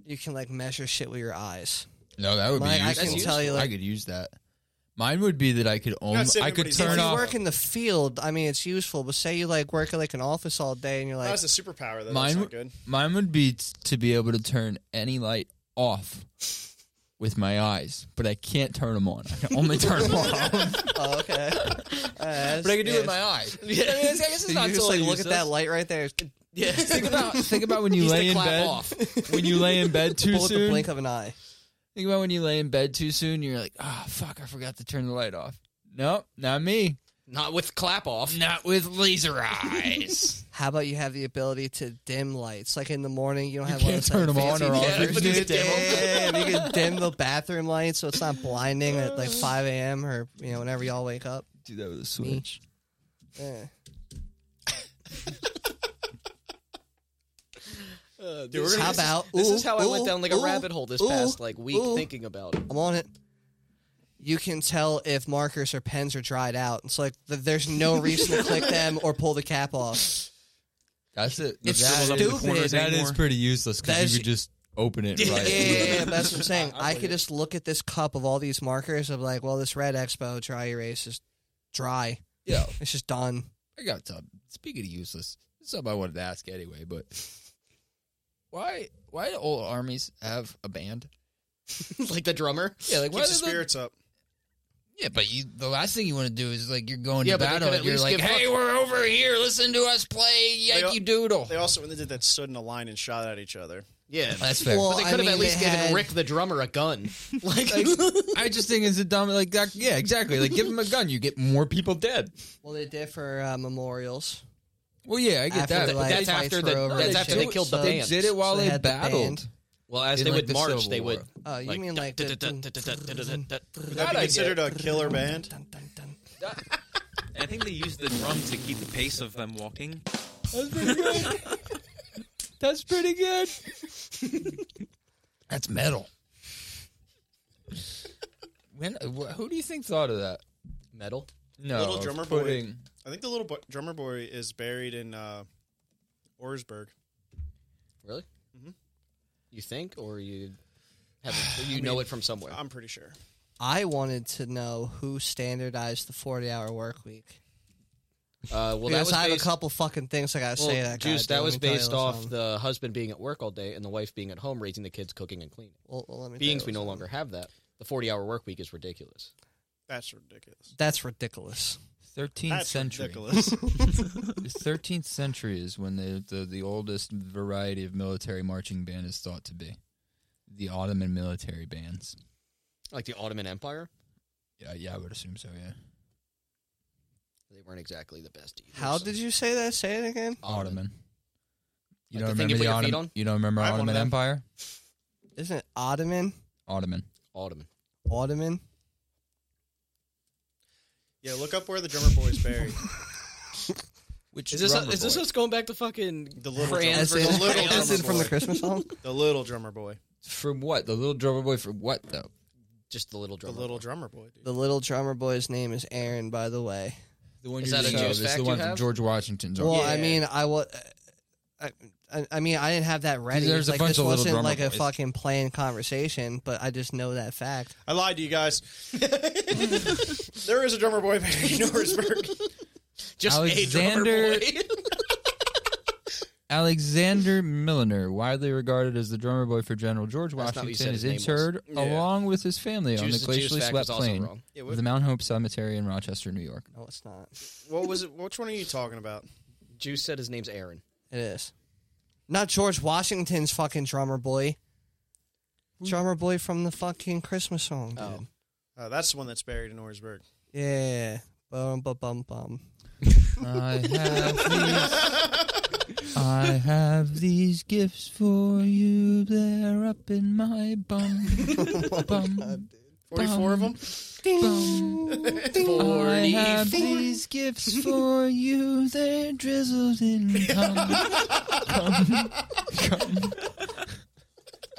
You can like measure shit with your eyes. No, that would Like, be I useful. can tell you, like- I could use that. Mine would be that I could only saving I could everybody's turn if you off work in the field, I mean, it's useful. But say you like work at like an office all day, and you're like, that's a superpower. Though. Mine That's not w- good. Mine would be t- to be able to turn any light off with my eyes, but I can't turn them on. I can only turn them on. oh, okay. Uh, but I can do it with yeah. my eyes. Yeah. I, mean, I guess it's You not just so like look at that useless. light right there. Think about think about when you He's the lay in clap bed. off. When you lay in bed too Pull with the soon. blink of an eye. Think about when you lay in bed too soon. You're like, ah, fuck, I forgot to turn the light off. Nope, not me. Not with clap off. Not with laser eyes. How about you have the ability to dim lights? Like in the morning, you don't have can't one of those, like, turn 'em on fancy or off. fixtures. You just dim 'em. Damn, you can dim the bathroom lights so it's not blinding at like 5 a.m. or you know whenever y'all wake up. Do that with a Me. switch. Yeah. Uh, we're this gonna- How is- about This is ooh, how I went ooh, down like a ooh, rabbit hole this ooh, past like week ooh. thinking about it. I'm on it. You can tell if markers or pens are dried out. It's like th- there's no reason to click them or pull the cap off. That's it. It's That stupid. is- Up in the corners That is anymore. pretty useless That because is- you could just open it. Yeah, Right. but that's what I'm saying. I, could just look at this cup of all these markers of like, well, this red Expo dry erase is dry. Yo, It's just done. I got something. Speaking of useless, this is something I wanted to ask anyway, but why why do old armies have a band? like the drummer. Yeah, like why Keeps the does the- spirits up. Yeah, but you, the last thing you want to do is like you're going Yeah, to but they battle and could at you're least like, give hey, fuck- we're over here. Listen to us play al- Yankee Doodle. They also, when they did that, stood in a line and shot at each other. Yeah. That's fair. Well, but they I could mean, have at least they given had- Rick the drummer a gun. Like, I just think it's a dumb like that. Yeah, exactly. Like give them a gun, you get more people dead. Well, they did for uh, memorials. Well, yeah, I get After that. the but lights- that's that's lights after were the- over that's and after shit. they killed the So- they band. did it while So they, had the battled. band. well, as in, they like, would the march, Civil they would. War. Oh, you mean like the- the? That'd I be get. considered a killer band. Dun, dun, dun. I think they used the drum to keep the pace of them walking. That's pretty good. That's pretty good. That's metal. When? Wh- who do you think thought of that? Metal. No, Little of drummer boy. putting- I think the little bo- drummer boy is buried in uh, Orsberg. Really? You think, or you have you know it from somewhere? I'm pretty sure. I wanted to know who standardized the 40 hour work week. Uh, well, that because was I have a based, couple fucking things I gotta well, say. to That guy, Juice, dude. that Let was me tell you based something. off the husband being at work all day and the wife being at home raising the kids, cooking and cleaning. Well, well, let me tell Beings, you we no something. longer have that. The forty-hour work week is ridiculous. That's ridiculous. That's ridiculous. 13th That's century. ridiculous. The 13th century is when the, the the oldest variety of military marching band is thought to be. The Ottoman military bands. Like the Ottoman Empire, Yeah, yeah, I would assume so. Yeah, they weren't exactly the best. Either, How so- did you say that? Say it again. Ottoman. You Like don't the remember thing you put the your feet Ottoman? on? You don't remember I have one of Ottoman them. Empire? Isn't it Ottoman? Ottoman. Ottoman? Ottoman? yeah, look up where the drummer boy is buried. Which Is this is this us going back to fucking The little France As in, drummer, versus the little as in drummer from the boy. Christmas song? The little drummer boy. From what? The little drummer boy from what though? just the little The drummer? little drummer boy. Dude. The little drummer boy's name is Aaron, by the way. The one Is you're that a thinking of juice is fact the you one from have? George Washington's. Well, army. I Oh, Yeah. mean, I was. I, I- I mean, I didn't have that ready. There's a like, bunch this of little wasn't drummer like a boys. fucking planned conversation, but I just know that fact. I lied to you guys. there is a drummer boy buried in Orsberg. just Alexander- a drummer boy. Alexander Milliner, widely regarded as the drummer boy for General George That's not what you Washington, said is his name was. interred along with his family on the Juice, the juice glacially fact swept was also plain wrong. of the Mount Hope Cemetery in Rochester, New York. No, it's not. What was it? Which one are you talking about? Juice said his name's Aaron. It is. Not George Washington's fucking drummer boy. Hmm. Drummer boy from the fucking Christmas song, dude. Oh. Uh, that's the one that's buried in Orsberg. Yeah. Bum bum bum bum. I have these. I have these Oh gifts for you. They're up in my bum, bum, Forty-four Um, of them. I have these gifts for you. They're drizzled in.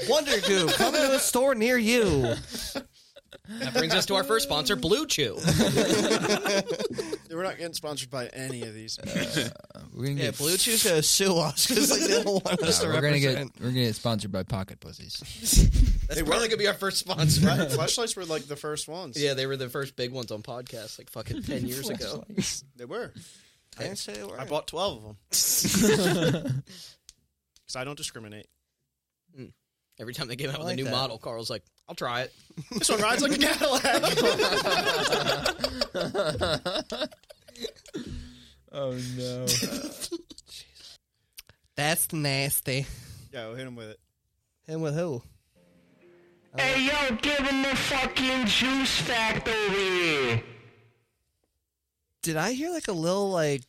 Wonder Goo, come to a store near you. That brings us to our first sponsor, Blue Chew. We're not getting sponsored by any of these. We're gonna Yeah, get Blue Chew's gonna sue us because like, they don't want us Nah, to we're gonna represent. get we're gonna get sponsored by pocket pussies. That's probably gonna be our first sponsor. Right? Flashlights were like the first ones. Yeah, they were the first big ones on podcasts like fucking 10 years ago. they were. I didn't say a word. I bought twelve of them because I don't discriminate. Every time they came out I with a like new that. model, Carl's like, I'll try it. This one rides like a Cadillac. Oh no! That's nasty. Yo, hit him with it. Him with who? Hey, yo, give him the fucking juice factory. Did I hear like a little like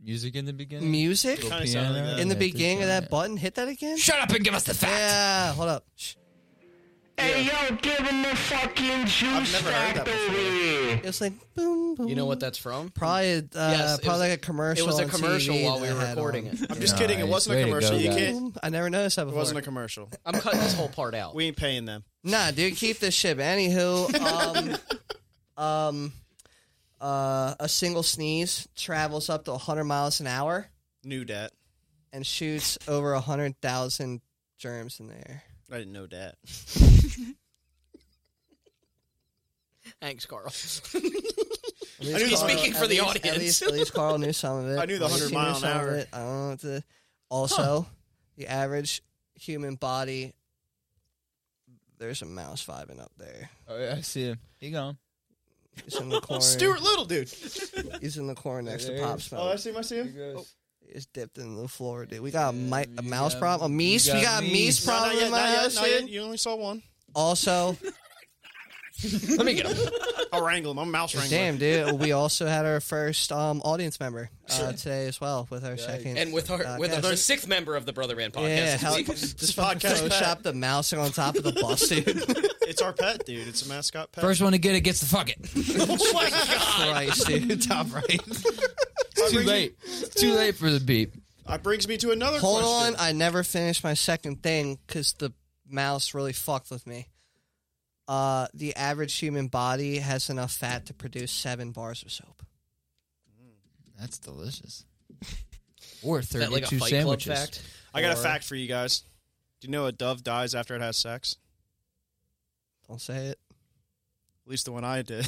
Music in the beginning. music Kinda sounded like that. in the Yeah, beginning of just, that uh, button? Hit that again? Shut up and give us the facts. Yeah, hold up. Shh. Hey, yo, give him the fucking juice never heard that factory. It was like boom, boom. You know what that's from? Probably, uh, Yes, it probably was- like a commercial. It was a on commercial TV while we that were I had recording on. it. I'm just kidding. It Nice. wasn't Way a to commercial. go, you guys. can't. I never noticed that It before. wasn't a commercial. I'm cutting this whole part out. We ain't paying them. Nah, dude, keep this shit. Anywho, um, um, uh, a single sneeze travels up to 100 miles an hour Knew that. and shoots over 100,000 germs in the air. I didn't know that. Thanks, Carl. At least knew he's speaking at for the least- At audience. least, at least Carl knew some of it. I knew the At least 100 he knew mile an some of hour. it. I don't know what to. Also, the average human body, there's a mouse vibing up there. Oh, yeah, I see him. He gone. He's in the corner. Stuart Little, dude. He's in the corner next to There Pop is. Smoke. Oh, I see him. I see him. It's dipped in the floor, dude. We got a, mi- a we mouse got- problem, a we meese. We got got a meese. meese problem in my house, dude. You only saw one. Also, Let me get him. I'll wrangle him. I'm a mouse wrangler. damn, dude, we also had our first um, audience member uh, today as well with our second. And with our Uh, with yes. our sixth member of the Brother Man podcast. yeah, this how, week. just podcast fucking Photoshop the mouse on top of the bus, dude. It's our pet, dude. It's a mascot pet. First one to get it gets the fuck it. Oh Christ, dude, top right. Too late. Too late for the beep. That brings me to another Hold on, question. I never finished my second thing because the mouse really fucked with me. Uh, the average human body has enough fat to produce seven bars of soap. That's delicious. Or Is that like a thirty-two Fight sandwiches. Club fact? I got a fact for you guys. Do you know a dove dies after it has sex? Don't say it. At least the one I did.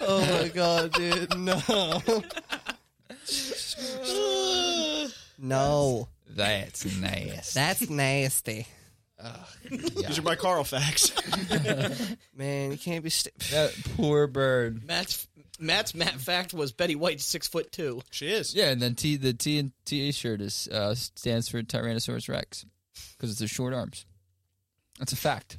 Oh my god, dude, no. no, That's nice. that's nasty. These are my Carl facts. Man, you can't be. St- That poor bird. Matt's Matt's Matt fact was Betty White's six foot two. she is. Yeah, and then T the T and TA shirt is uh, stands for Tyrannosaurus Rex because it's their short arms. That's a fact.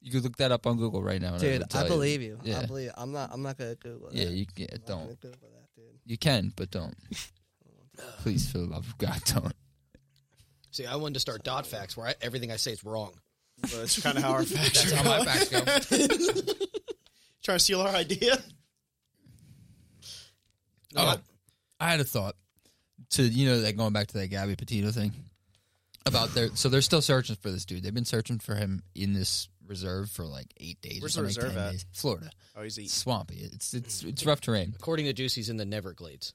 You could look that up on Google right now, and dude, it'll tell I believe you. Yeah, I believe. You. I'm not. I'm not gonna Google. yeah, that. you yeah, I'm not gonna don't. Google that, dude. You can, but don't. Please, for the love of God, don't. See, I wanted to start dot facts where I, everything I say is wrong. But it's kind of how our facts are. my facts go. Trying to steal our idea? Oh, I had a thought to you know that going back to that Gabby Petito thing about their so they're still searching for this dude. They've been searching for him in this reserve for like eight days. or Where's the something, reserve 10 at? Mm. days. Florida. Oh, he's It's eating. swampy. It's it's it's rough terrain. According to Juicy's in the Neverglades.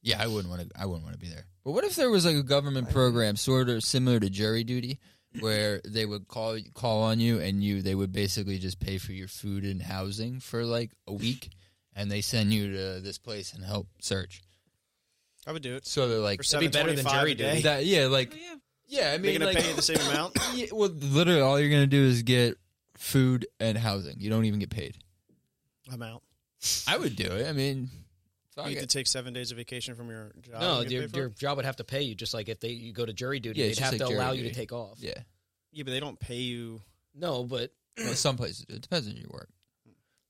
Yeah, I wouldn't want to. I wouldn't want to be there. But what if there was like a government program, sort of similar to jury duty, where they would call call on you and you they would basically just pay for your food and housing for like a week, and they send you to this place and help search. I would do it. So they're like, For be better than 725 jury a day. Oh, duty. that, yeah, like, yeah, I They're mean, going like, to pay you the same amount? yeah, well, literally, all you're gonna do is get food and housing. You don't even get paid. I'm out. I would do it. I mean, fuck You it. have to take seven days of vacation from your job. no, and get your, paid for your it? job would have to pay you just like if they you go to jury duty, Yeah, they'd it's just have like to jury allow you duty. to take off. yeah. Yeah, but they don't pay you. No, but Well, some places do. It depends on your work.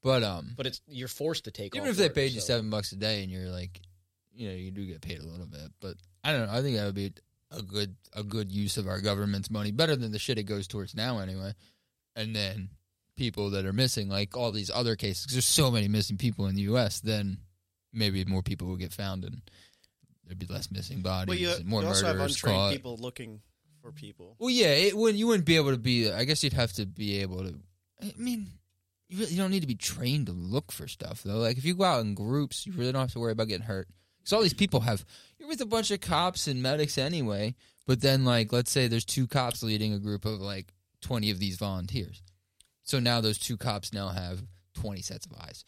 But um, but it's you're forced to take even off if they work, paid you so- seven bucks a day and you're like, you know, you do get paid a little bit, but I don't know. I think that would be a good a good use of our government's money, better than the shit it goes towards now anyway. And then people that are missing, like all these other cases, 'cause there's so many missing people in the U.S. Then maybe more people will get found and there'd be less missing bodies Well, you, and more you also have murders untrained caught. people looking for people. Well, yeah, it would. You wouldn't be able to be. I guess you'd have to be able to. I mean, you really don't need to be trained to look for stuff though. Like if you go out in groups, you really don't have to worry about getting hurt. Because all these people have. You're with a bunch of cops and medics anyway. But then, like, let's say there's two cops leading a group of like 20 of these volunteers. So now those two cops now have 20 sets of eyes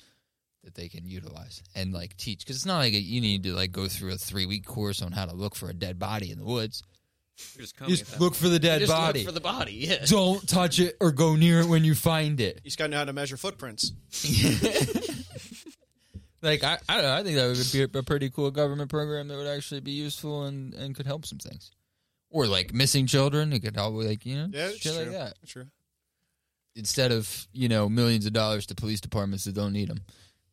that they can utilize and like teach. Because it's not like you need to like go through a three week course on how to look for a dead body in the woods. You're just You coming at just that. look for the You dead just look body for the body. Yeah. don't touch it or go near it when you find it. You just gotta know how to measure footprints. Like I, I don't know. I think that would be a pretty cool government program that would actually be useful and and could help some things. Or like missing children, it could help with like you know Yeah, it's shit true. like that. It's true. Instead of you know millions of dollars to police departments that don't need them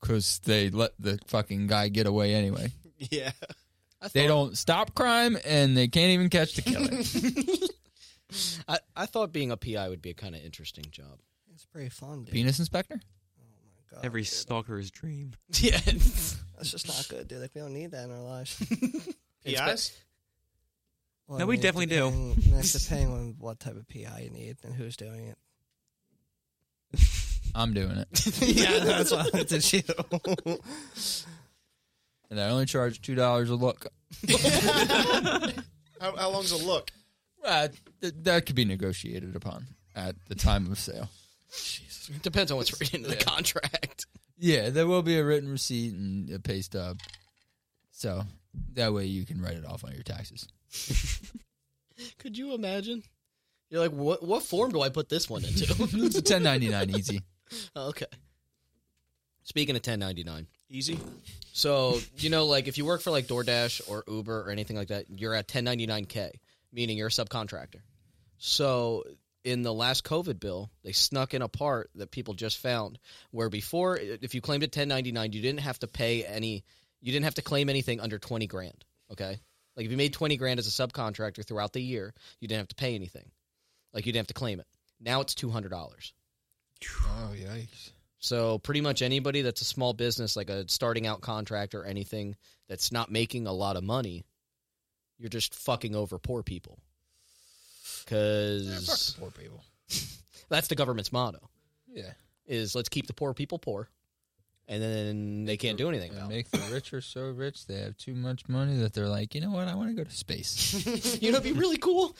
because they let the fucking guy get away anyway. Yeah. They don't stop crime and they can't even catch the killer. I, I thought being a PI would be a kind of interesting job. It's pretty fun, dude. Penis inspector. God, Every stalker's dream. Yeah. That's just not good, dude. Like we don't need that in our lives. PIs? Well, No, we definitely do. do. That's depending on what type of PI you need and who's doing it. I'm doing it, yeah, that's why I went to you. and I only charge two dollars a look. How, how long's a look? Uh, th- that could be negotiated upon at the time of sale. Depends on what's written in the contract. Yeah, there will be a written receipt and a pay stub. So that way you can write it off on your taxes. Could you imagine? You're like, what what form do I put this one into? It's a ten ninety nine easy. okay. Speaking of 1099. Easy. So, you know, like if you work for like DoorDash or Uber or anything like that, you're at 1099K, meaning you're a subcontractor. So, in the last COVID bill, they snuck in a part that people just found where before, if you claimed at 1099, you didn't have to pay any, you didn't have to claim anything under 20 grand. Okay. Like if you made 20 grand as a subcontractor throughout the year, you didn't have to pay anything. Like you didn't have to claim it. Now it's $200. Oh yikes! So pretty much anybody that's a small business, like a starting out contract or anything that's not making a lot of money, you're just fucking over poor people. Because poor people. that's the government's motto: Yeah, is let's keep the poor people poor, and then they can't do anything and about it. make the rich are so rich they have too much money that they're like, you know what? I want to go to space. You know, it'd be really cool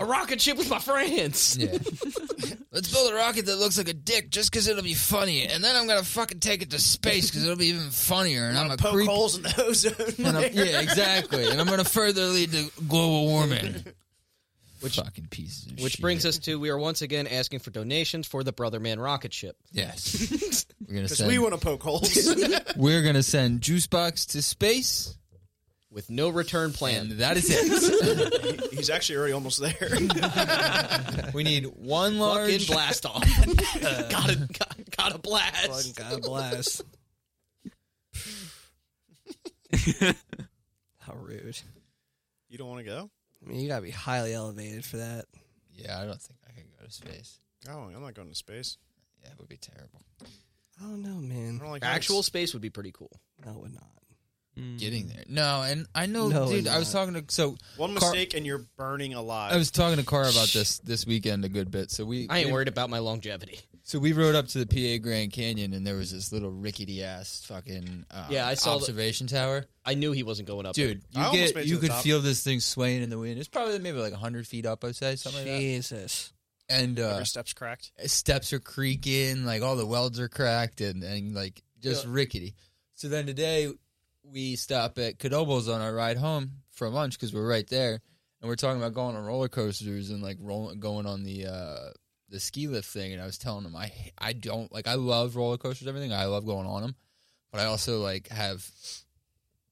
a rocket ship with my friends. yeah, let's build a rocket that looks like a dick just because it'll be funny, and then I'm gonna fucking take it to space because it'll be even funnier, and I'm a Poke creep. holes in the ozone. And I'm- yeah, exactly. And I'm gonna further lead to global warming. Which fucking pieces of Which shit. brings us to we are once again asking for donations for the Brother Man rocket ship. Yes. We're gonna Because send we want to poke holes. we are gonna send Juicebox to space. With no return plan. And that is it. He's actually already almost there. we need one Fucking large blast off. gotta, gotta, gotta blast. Fucking God bless. How rude. You don't want to go? I mean, you gotta be highly elevated for that. Yeah, I don't think I can go to space. Oh, I'm not going to space. Yeah, it would be terrible. I don't know, I man. don't like Actual space would be pretty cool. No, it would not. Getting there. No, and I know No, dude, it's I was not. talking to so One Car- mistake and you're burning alive. I was talking to Car about this this weekend a good bit. So we I ain't we- worried about my longevity. So we rode up to the PA Grand Canyon, and there was this little rickety ass fucking uh, Yeah, I saw the- observation tower. I knew he wasn't going up. there. Dude, you I almost made it get to you the could top. feel this thing swaying in the wind. It's probably maybe like hundred feet up, I'd say something like Jesus. that. And uh, Every step's cracked. steps are creaking, like all the welds are cracked, and and like just rickety. So then today we stop at Cadobos on our ride home from lunch because we're right there, and we're talking about going on roller coasters and like rolling, going on the uh, the ski lift thing. And I was telling him I I don't like I love roller coasters, and everything. I love going on them, but I also like have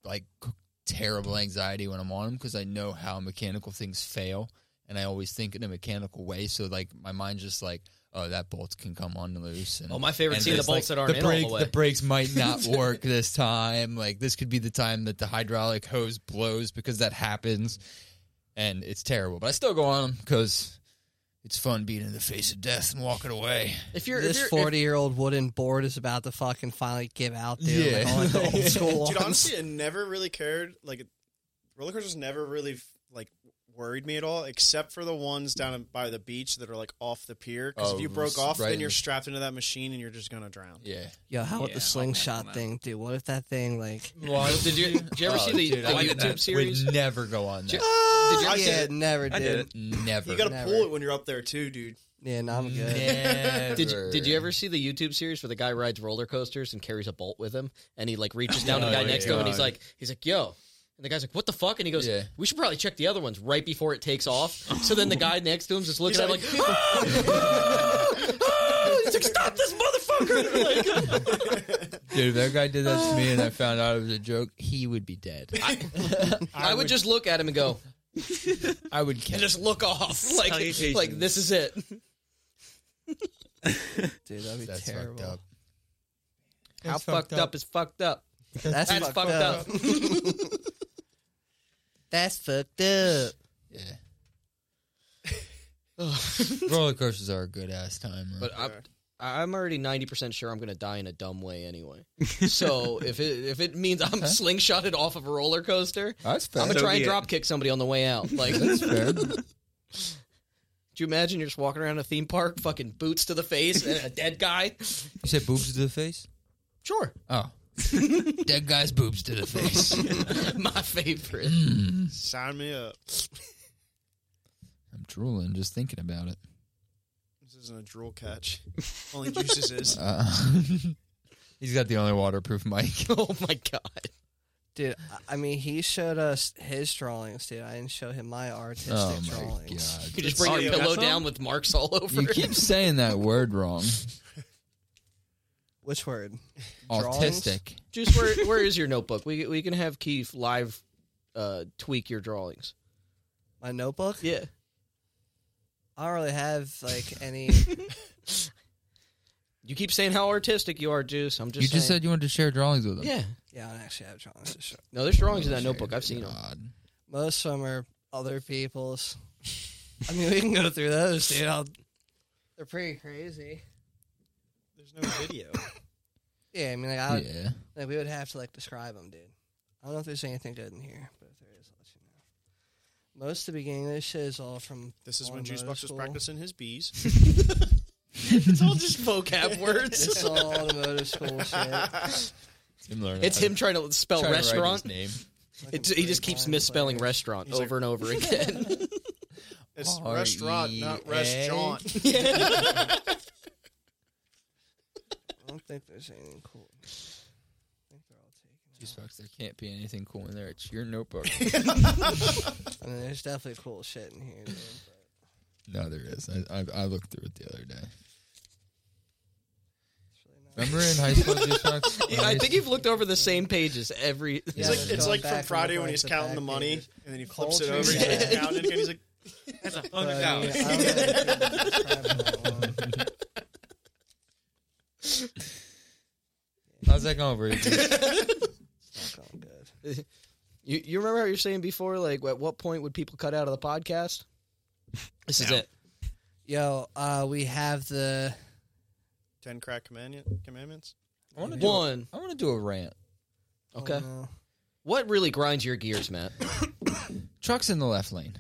like c- terrible anxiety when I'm on them because I know how mechanical things fail, and I always think in a mechanical way. So like my mind's just like. Oh, that bolt can come on loose. And Oh, my favorite and scene: the it's bolts like, that aren't the in all brake, the way. the brakes might not work this time. Like this could be the time that the hydraulic hose blows because that happens. and it's terrible. But I still go on them because it's fun being in the face of death and walking away. If you're if This you're, if- forty-year-old wooden board is about to fucking finally give out, dude. Yeah. Like, all like the old school Dude, ones. honestly, I never really cared. Like, it- roller coasters never really like worried me at all, except for the ones down by the beach that are like off the pier. Because Oh, if you broke s- off, right then in you're the- strapped into that machine and you're just gonna drown. yeah. Yo, how about Yeah, the I'm slingshot out, I'm out. thing, dude? What if that thing like? Well, Did you- did you ever see the- the Oh, I YouTube series? Would never go on Did that. did you yeah, ever see- it never did. I did it. Never. You gotta Never. pull it when you're up there too, dude. Yeah, no, I'm good. Never. Did you, did you ever see the YouTube series where the guy rides roller coasters and carries a bolt with him, and he like reaches down to the Oh guy my next to him, and he's God. like, he's like, yo. And the guy's like, "What the fuck?" And he goes, Yeah. "We should probably check the other ones right before it takes off." So then the guy next to him just looks He's at him like, like- "Ah! Ah! Ah!" He's like, "Stop this motherfucker!" Like, Dude, if that guy did that to me and I found out it was a joke, he would be dead. I, I would just look at him and go, I would catch and just look off, like, Salutations. like this is it. Dude, that'd be That's terrible. fucked up. How fucked up is fucked up. That's, That's fucked, fucked up. up. That's fucked up. Yeah. Roller coasters are a good ass time. Right? But I'm, I'm already ninety percent sure I'm going to die in a dumb way anyway. So if it if it means I'm slingshotted off of a roller coaster, that's fair. I'm gonna So try and be it. drop kick somebody on the way out. Like, do that's fair. you imagine you're just walking around a theme park, fucking boots to the face, and a dead guy? You said boobs to the face? Sure, Oh. Dead guy's boobs to the face. my favorite. Sign me up. I'm drooling just thinking about it. This isn't a drool catch. Only juices is. Uh, he's got the only waterproof mic. Oh my god, Dude, I- I mean, he showed us his drawings, dude. I didn't show him my artistic Oh my drawings. you god. just bring Oh, you your got pillow some? down with marks all over You it. keep saying that word wrong. Which word? Drawings? Autistic. Juice, where where is your notebook? We we can have Keith live uh, tweak your drawings. My notebook? Yeah. I don't really have like any. You keep saying how artistic you are, Juice. I'm just you just saying. said you wanted to share drawings with him. yeah. yeah, I don't actually have drawings to show. No, there's drawings in that notebook. I've seen them. God. Most of them are other people's. I mean, we can go through those, dude. I'll... They're pretty crazy. There's no video. Yeah, I mean, like, I, would Yeah. like, we would have to like describe them, dude. I don't know if there's anything good in here, but if there is, I'll let you know. Most of the beginning of this shit is all from. This is all when in Juice motor Box was school. practicing his bees. It's all just vocab words. It's all automotive school shit. It's him trying to spell Trying to write his restaurant. name. It, he just keeps misspelling restaurant He's like- over and over again. It's R restaurant, not E A. restaurant. I don't think there's anything cool. I think they're all taken. Juice box, there can't be anything cool in there. It's your notebook. I mean, there's definitely cool shit in here. Dude, but no, there is. I, I, I looked through it the other day. it's really not. Remember in high school, Juice box? Yeah, I think you've looked over the same pages every. Yeah, It's like just it's going like back from and Friday looking when at he's the counting back the money pages. and then he flips it Culture over. He's shock. like counting it again. He's like, But, I mean, I don't know if I can describe them all. How's that going for you? Juice? It's not going good. You, you remember how you were saying before? Like, at what point would people cut out of the podcast? This is it. Yo, uh, we have the ten crack commandment commandments. I wanna do a- One. I want to do a rant. Okay. oh, no. What really grinds your gears, Matt? Trucks in the left lane.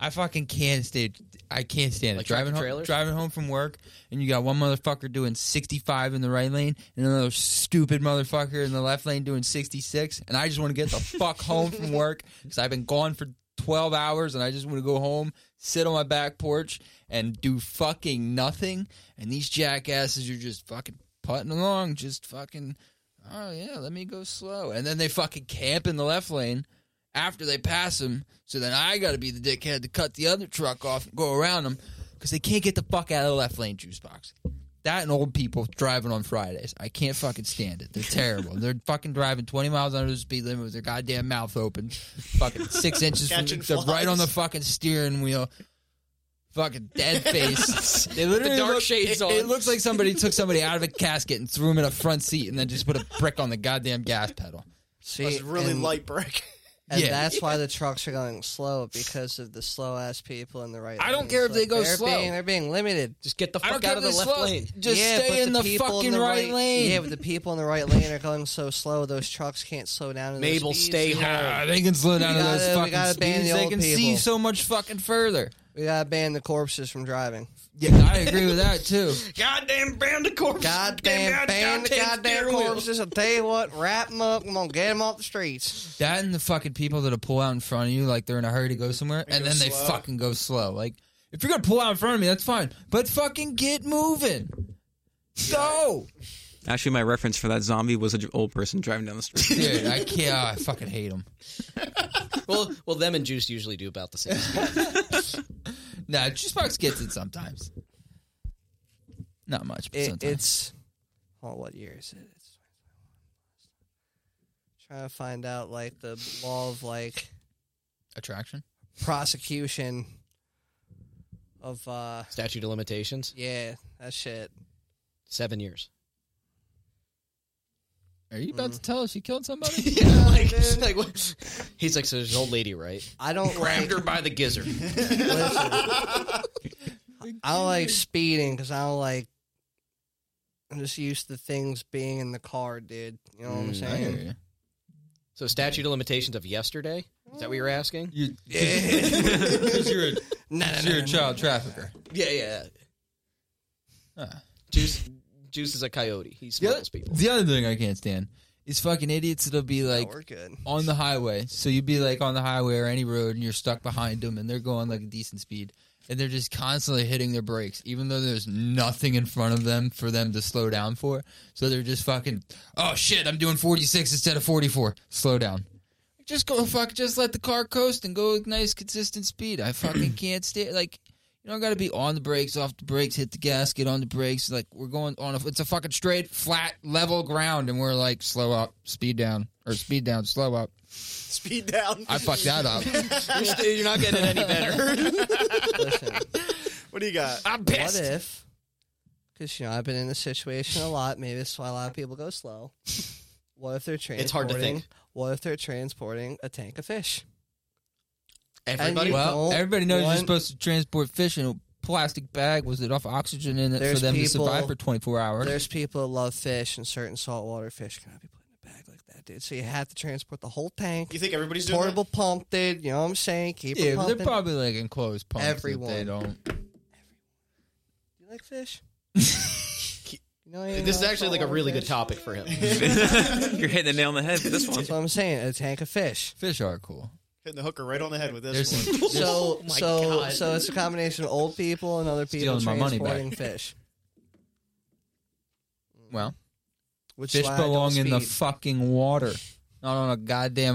I fucking can't stay. I can't stand it. Like driving tractor home, trailers? driving home from work, and you got one motherfucker doing sixty five in the right lane, and another stupid motherfucker in the left lane doing sixty six, and I just want to get the fuck home from work because I've been gone for twelve hours, and I just want to go home, sit on my back porch, and do fucking nothing. And these jackasses are just fucking putting along, just fucking. Oh yeah, let me go slow, and then they fucking camp in the left lane after they pass him. So then I got to be the dickhead to cut the other truck off and go around them because they can't get the fuck out of the left lane juice box. That and old people driving on Fridays. I can't fucking stand it. They're terrible. They're fucking driving 20 miles under the speed limit with their goddamn mouth open. Fucking six inches from Catching they're right flies. on the fucking steering wheel. Fucking dead face. They literally The dark look- shades it, It on. looks like somebody took somebody out of a casket and threw him in a front seat and then just put a brick on the goddamn gas pedal. See, That's really and light break. And Yeah. that's why the trucks are going slow because of the slow ass people in the right. I don't lanes. care if they go they're slow. Being, they're being limited. Just get the I don't fuck care out of if the it's left slow. lane. Just yeah, stay but in the, people fucking in the right, lane. Yeah, but the people in the right lane are going so slow. Those trucks can't slow down. To their Mabel, speeds. stay home. Nah, they can slow down We to those gotta- we fucking gotta ban speeds. the They old can see people. so much fucking further. We gotta ban the corpses from driving. Yeah, I agree with that too. Goddamn band of corpse. Goddamn, ban the goddamn corpses. I'll tell you what, wrap them up. I'm gonna get them off the streets. That and the fucking people that'll pull out in front of you like they're in a hurry to go somewhere, and, go then they slow. fucking go slow. Like if you're gonna pull out in front of me, that's fine, but fucking get moving. Go, Actually, my reference for that zombie was an old person driving down the street. dude. I can't. oh, I fucking hate them. Well, well, them and Juice usually do about the same. Nah, Juicebox gets it sometimes. Not much, but It, sometimes. it's, oh, what year is it? It's trying to find out like the law of like attraction. prosecution of uh Statute of limitations, yeah that shit. seven years. Are you about to tell us you killed somebody? like, like what? He's like, so there's an old lady, right? I don't like, Grabbed her by the gizzard. listen, I don't like speeding because I don't like. I'm just used to things being in the car, dude. You know what I'm Mm, I hear saying? you. So statute of limitations of yesterday? Is that what you're asking? You, you're, a, No, no, no, you're a no, child trafficker. Yeah, yeah. Ah. Juice, Juice is a coyote. He The other, smuggles people. the other thing I can't stand is fucking idiots that'll be no, like we're good. on the highway. So you'd be like on the highway or any road, and you're stuck behind them, and they're going like a decent speed, and they're just constantly hitting their brakes, even though there's nothing in front of them for them to slow down for. So they're just fucking, oh shit, I'm doing 46 instead of 44. Slow down. Just go fuck. Just let the car coast and go with nice consistent speed. I fucking can't stay like. You don't got to be on the brakes, off the brakes, hit the gas, get on the brakes. Like we're going on a, it's a fucking straight, flat, level ground, and we're like slow up, speed down, or speed down, slow up. Speed down. I fucked that up. You're, still, you're not getting any better. Listen, what do you got? I'm what pissed. if? Because you know I've been in this situation a lot. Maybe that's why a lot of people go slow. What if they're transporting? It's hard to think. What if they're transporting a tank of fish? Everybody, you- Well, Don't everybody knows you're want- supposed to transport fish in a plastic bag with enough oxygen in it for There's them to people- survive for 24 hours. There's people that love fish, and certain saltwater fish cannot be put in a bag like that, dude. So you have to transport the whole tank. You think everybody's doing portable pump, dude. You know what I'm saying? Keep yeah, it but pumping. they're probably like enclosed pumps. Everyone. Everyone. They don't. you like fish? you know, you this is know, actually like a saltwater really good fish? topic for him. You're hitting the nail on the head with this one. That's what I'm saying. A tank of fish. Fish are cool. that? Hitting the hooker right on the head with There's this one. some. So, Oh my so, God. so it's a combination of old people and other people Stealing my money back. transporting fish. Well, Which is fish why I don't belong in the speed. fucking water, not on a goddamn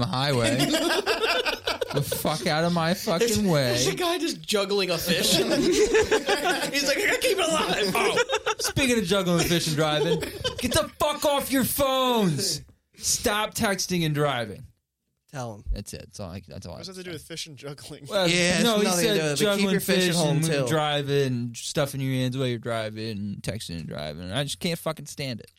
highway. the fuck out of my fucking There's a way. guy just juggling a fish. He's like, I gotta keep it alive. Speaking of juggling fish and driving, get the fuck off your phones. Stop texting and driving. Tell them. That's it. That's all. I, that's all. I What does that have have to do say. with fish and juggling? Well, Yeah, it's no, he nothing to said do with it, but keep juggling your fish at home, and too. driving, stuffing your hands while you're driving, and texting and driving. I just can't fucking stand it.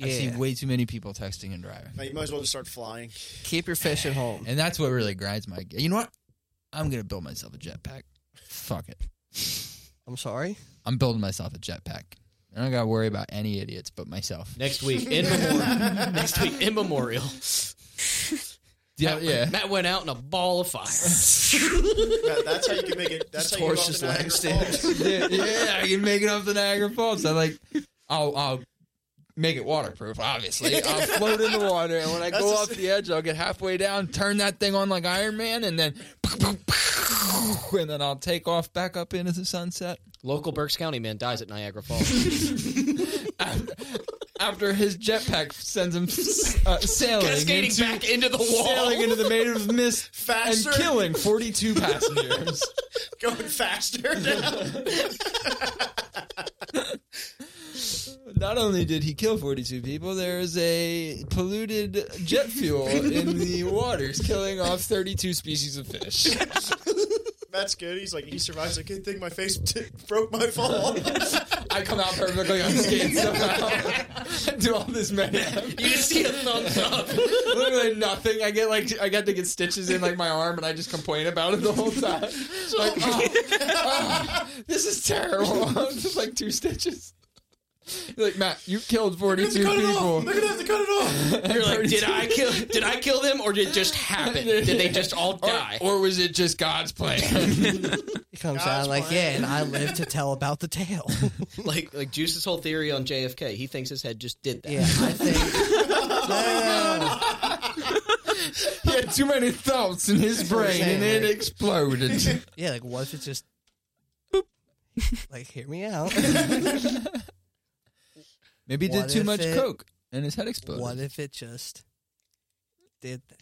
I see Yeah. way too many people texting and driving, Now, you might as well just start flying. Keep your fish at home. and that's what really grinds my. You know what? I'm gonna build myself a jetpack. Fuck it. I'm sorry. I'm building myself a jetpack. I don't gotta worry about any idiots but myself. Next week in memorial. Next week in memorial. Yeah, yeah. Matt went out in a ball of fire. That- that's how you can make it. That's how you Torch get off his the Niagara legs, Falls. yeah, yeah, I can make it up the Niagara Falls. I like, I'll, I'll make it waterproof. Obviously, I'll float in the water, and when I go That's off the edge, I'll get halfway down, turn that thing on like Iron Man, and then, and then I'll take off back up into the sunset. Local Berks County man dies at Niagara Falls. After his jetpack sends him uh, sailing, Cascading into, back into the wall. sailing into the made of mist, Faster. and killing forty-two passengers. Going faster now. Not only did he kill 42 people, there is a polluted jet fuel in the waters, killing off 32 species of fish. Matt's good. He's like, he survives. Like, good thing my face t- broke my fall. I come out perfectly unscathed somehow. Do all this mayhem. You just see a thumbs up. Literally nothing. I get like I got to get stitches in like my arm, and I just complain about it the whole time. like, oh, oh, this is terrible. just like two stitches. You're like Matt, you killed forty-two cut it off. people. They're gonna have to cut it off. You're like, did 32. I kill? Did I kill them, or did it just happen? Did they just all Or- die? Or, was it just God's plan? He comes God's out like, yeah, plan. and I live to tell about the tale. like, like Juice's whole theory on JFK. He thinks his head just did that. yeah, I think. he had too many thoughts in his brain, and it exploded. Yeah, like what if it's just, boop. like hear me out. Maybe he What did too if much it- coke, and his head exploded. what if it just did that?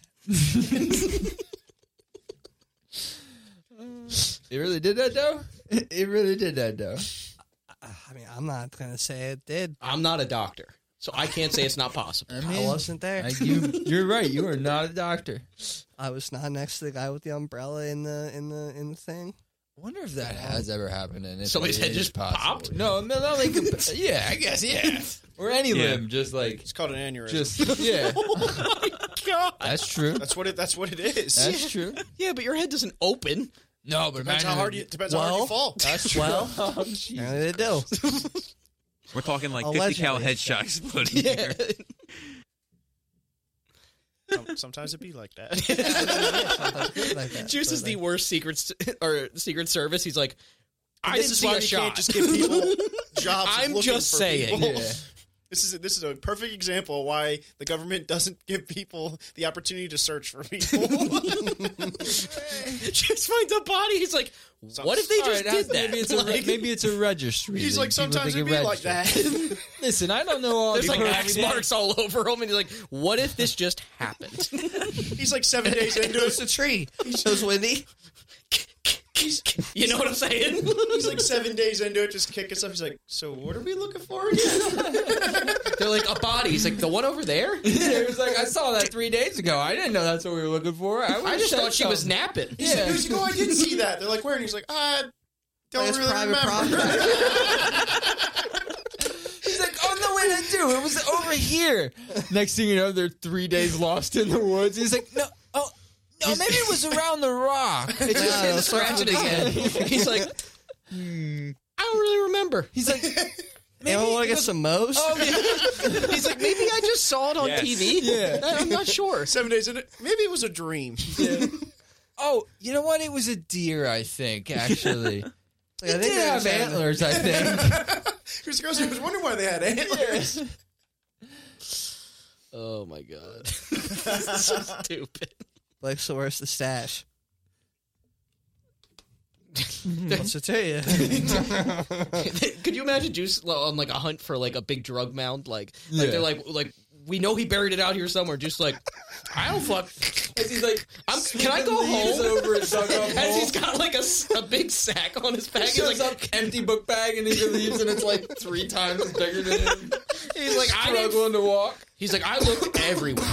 It really did that though. It really did that though. I mean, I'm not gonna say it did. I'm not a doctor, so I can't say it's not possible. I I wasn't there. like, you, you're right. You are not a doctor. I was not next to the guy with the umbrella in the in the in the thing. I wonder if that has ever happened. And if Somebody's it head is just possible. popped? No, no, not like. a- yeah, I guess. Yeah, or any limb, just like, It's called an aneurysm. just yeah. God. That's true. that's what it. That's what it is. That's true. Yeah, but your head doesn't open. No, but Depends imagine how hard you. Depends how hard Well, you fall. That's true. Well, Oh, jeez. Apparently they do. We're talking like 50 cal Allegedly. headshot exploding. here. Yeah. Some- Sometimes it be like that. Like that. Juice So, is the like, worst secret s- or secret service. He's like, I this didn't is see why a we shot. can't just give people jobs. I'm looking just for saying. people. Yeah. This is this is a perfect example of why the government doesn't give people the opportunity to search for people. just finds a body. He's like, what if they All right, just did that's- that? Maybe it's a re- Like, maybe it's a registry. He's that like, people sometimes think it'd be it like that. registers." Listen, I don't know all. there's the like perfect axe marks all over him, and he's like, what if this just happened? He's like seven days into It's it. a tree. Shows Wendy. you know what I'm saying? He's like seven days into it, just kicking stuff. He's like, so what are we looking for again? They're like a body. He's like the one over there. Yeah, it was like I saw that three days ago. I didn't know that's what we were looking for. I, I would've just said thought she was something. napping. He Yeah, was like, oh, I didn't see that. They're like, where? And he's like, I don't That's really private remember. property. she's like, oh no, wait, I do. It was over here. Next thing you know, they're three days lost in the woods. He's like, no, oh, no, maybe it was around the rock. It's just him no, scratching sorry. his head. He's like, I don't really remember. He's like, You maybe want to it get was- some Moe's? Oh, yeah. He's like, maybe I just saw it on Yes. TV. Yeah. I- I'm not sure. Seven days into it. Maybe it was a dream. oh, you know what? It was a deer, I think. Actually, Like, I it think did they have just had- antlers. I think. He was, he was wondering why they had antlers. Oh my god, so stupid. Like, so where's the stash? What's it tell you? Could you imagine Juice lo- on like a hunt for like a big drug mound? Like, like Yeah. they're like, like we know he buried it out here somewhere. Just like, I don't fuck. He's like, I'm, can I go leaves home? Over a dug up As hole. he's got like a, s- a big sack on his back, he's Shows like, up empty book bag and he leaves and it's like three times bigger than him. he's like, I didn't struggling to walk. He's like, I looked everywhere.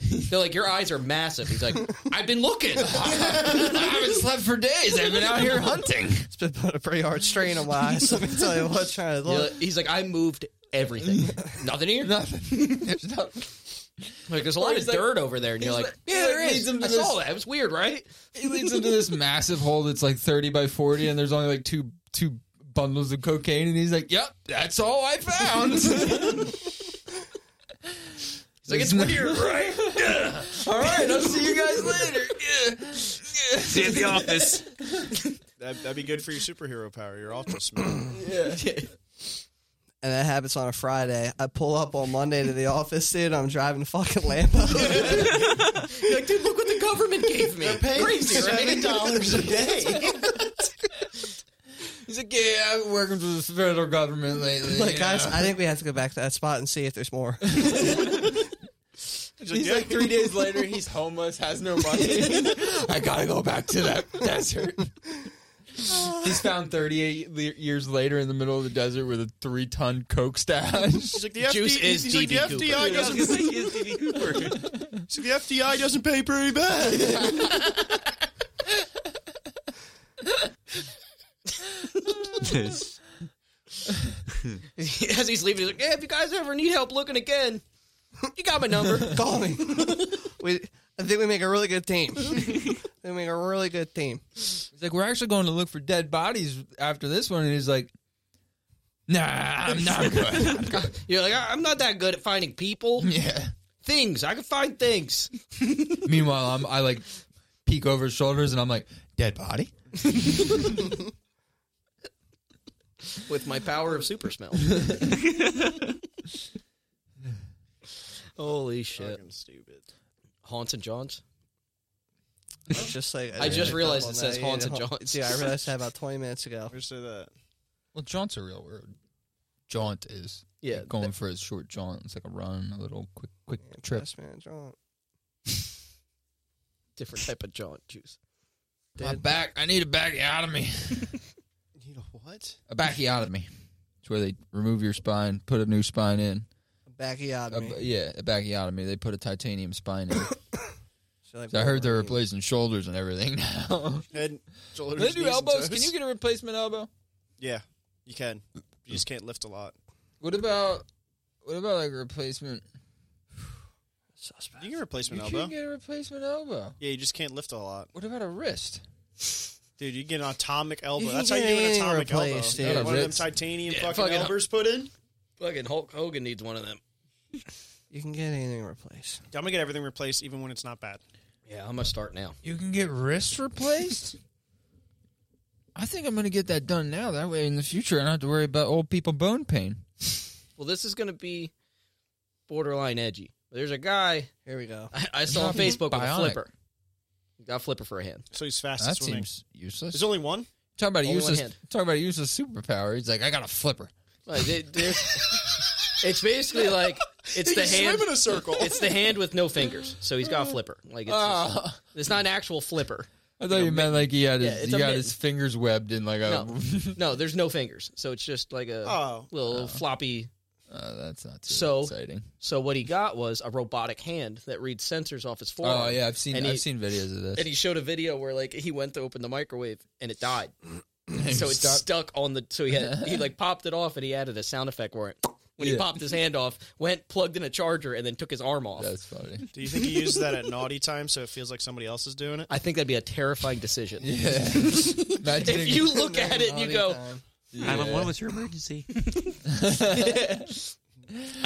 They're like, your eyes are massive. He's like, I've been looking. I haven't slept for days. I've been out here hunting. It's been put a pretty hard strain on my eyes. Let me tell you what, trying to look. He's like, I moved everything. Nothing here. Nothing. There's nothing. Like, there's a lot of like- dirt over there, and you're he's like, like- yeah, there he leads is. him to I saw this- that. It was weird, right? It leads into this massive hole that's like 30 by 40 and there's only like two two bundles of cocaine and he's like, "Yep, that's all I found." he's like, it's weird, right? All right, I'll see you guys later. See you at the office. That, that'd be good for your superhero power, your ultra smell. and that happens on a Friday. I pull up on Monday to the office, dude. I'm driving a fucking Lambo. You're like, dude, look what the government gave me. Crazy, Seven right? dollars a day. He's like, "Yeah, I've been working for the federal government lately." like, yeah. guys, I think we have to go back to that spot and see if there's more. He's like three days later, he's homeless, has no money. I gotta go back to that desert. He's found 38 le- years later in the middle of the desert with a three ton coke stash. He's like, the Juice FD is he's like, the DB Cooper. FDI doesn't. It's like it's DB Cooper. he's like, The FDI doesn't pay pretty bad. this. As he's leaving, he's like, "Yeah, if you guys ever need help looking again, you got my number. Call me. we, I think we make a really good team. we make a really good team. He's like, we're actually going to look for dead bodies after this one. And he's like, nah, I'm not good. You're like, "I- I'm not that good at finding people, yeah. things. I can find things. Meanwhile, I'm, I like peek over his shoulders and I'm like, dead body? with my power of super smell. Holy shit. Fucking stupid. Haunts and Johns? It's just like I just picked realized up it on says that. Haunted Yeah, Johns. Yeah, I realized that about twenty minutes ago. Where'd you say that? Well, jaunt's a real word. Jaunt is Yeah. going for a short jaunt. It's like a run, a little quick, quick trip. Yes, man, John. Different type of jaunt juice. My back, I need a backiotomy. You know what? A backiotomy. It's where they remove your spine, put a new spine in. A, Backiotomy. yeah, a backiotomy. They put a titanium spine in. So, like, I heard they're Wolverine. replacing shoulders and everything now. Head, shoulders, they do knees, and elbows. Can toes. you get a replacement elbow? Yeah, you can. You just can't lift a lot. What about what about like a replacement? Suspect. You can replacement you elbow. can get a replacement elbow. yeah, you just can't lift a lot, What about a wrist? dude. You can get an atomic elbow. You can That's how you get do an anything atomic elbow. replaced, You dude. know, One of them It's- titanium Yeah, fucking, fucking- elbows put in. Fucking Hulk Hogan needs one of them. You can get anything replaced. I'm gonna get everything replaced, even when it's not bad. Yeah, I'm going to start now. You can get wrist replaced. I think I'm gonna get that done now. That way, in the future, I don't have to worry about old people bone pain. Well, this is going to be borderline edgy. There's a guy Here we go. I, I saw on Not being Facebook with a bionic. flipper. Got a flipper for a hand. So he's fast at that swimming. seems useless. There's only one. Talk about a Only one useless. hand. Talk about a useless superpower. He's like, I got a flipper. Like, they- they're- it's baswically like it's the hand. swim in a circle. It's the hand with no fingers, so he's got a flipper. Like it's, Ah. it's not an actual flipper. I thought you meant like he had Yeah, his it's he a got mitten. his fingers webbed in like a. No, no, there's no fingers, so it's just like a Oh. little floppy. Oh, that's not too So- exciting. So what he got was a robotic hand that reads sensors off his forearm. Oh yeah, I've seen and I've he- seen videos of this. And he showed a video where like he went to open the microwave and it died. so it Stop. stuck on the. So he had he like popped it off and he added a sound effect where it when he Yeah. popped his hand off, went plugged in a charger and then took his arm off. That's funny. Do you think he uses that at naughty time so it feels like somebody else is doing it? I think that'd be a terrifying decision. Yeah. If you look at it and you go, Adam, what was your emergency? I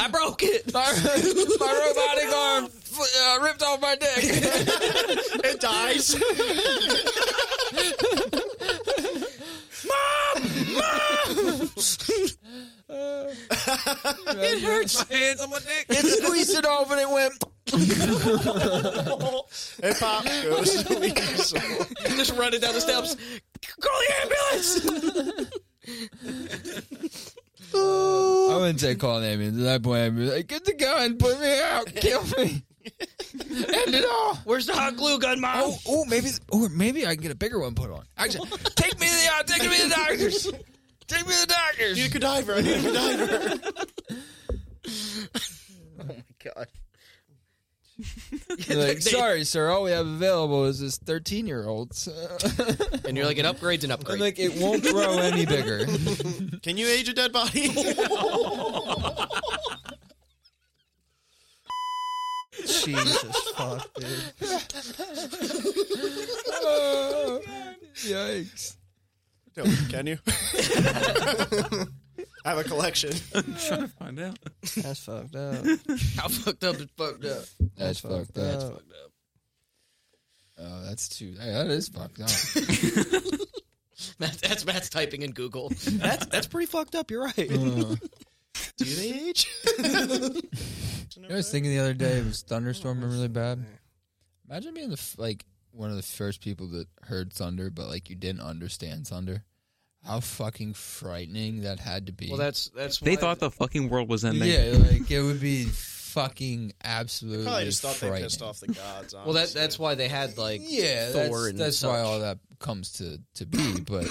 broke it. my robotic arm uh, ripped off my dick. It dies. it hurts. My hands on my dick. It squeezed it off and it went. it pop goes. Just running down the steps. Call the ambulance. I wouldn't say call an ambulance. At that point, I'd be like, get the gun, put me out, kill me. End it all. Where's the hot glue gun, mom? Oh, oh, maybe, or maybe I can get a bigger one put on. Actually, take me to the, uh, take me to the doctors. Take me to the doctors. Need a cadaver. I need a cadaver. Oh my god. You're like, sorry, sir. All we have available is this 13 year old. And you're like, it upgrades and upgrades. I'm like, it won't grow any bigger. Can you age a dead body? Jesus fuck, dude. Oh, Yikes. No, can you? I have a collection. I'm trying to find out. That's fucked up. How fucked up is fucked up. That's fucked up. up. Oh, that's too. Hey, that is fucked up. Matt, that's Matt's typing in Google. That's that's pretty fucked up. You're right. Do they age? You know, I was thinking the other day it was thunderstorming really bad. Imagine being the f- like one of the first people that heard thunder, but like you didn't understand thunder. How fucking frightening that had to be. Well, that's that's They why- thought the fucking world was ending. yeah, like it would be fucking absolutely. Probably just thought they frightening. pissed off the gods. Honestly. Well, that that's why they had like Yeah, Thor that's, and that's such. why all that comes to to be. But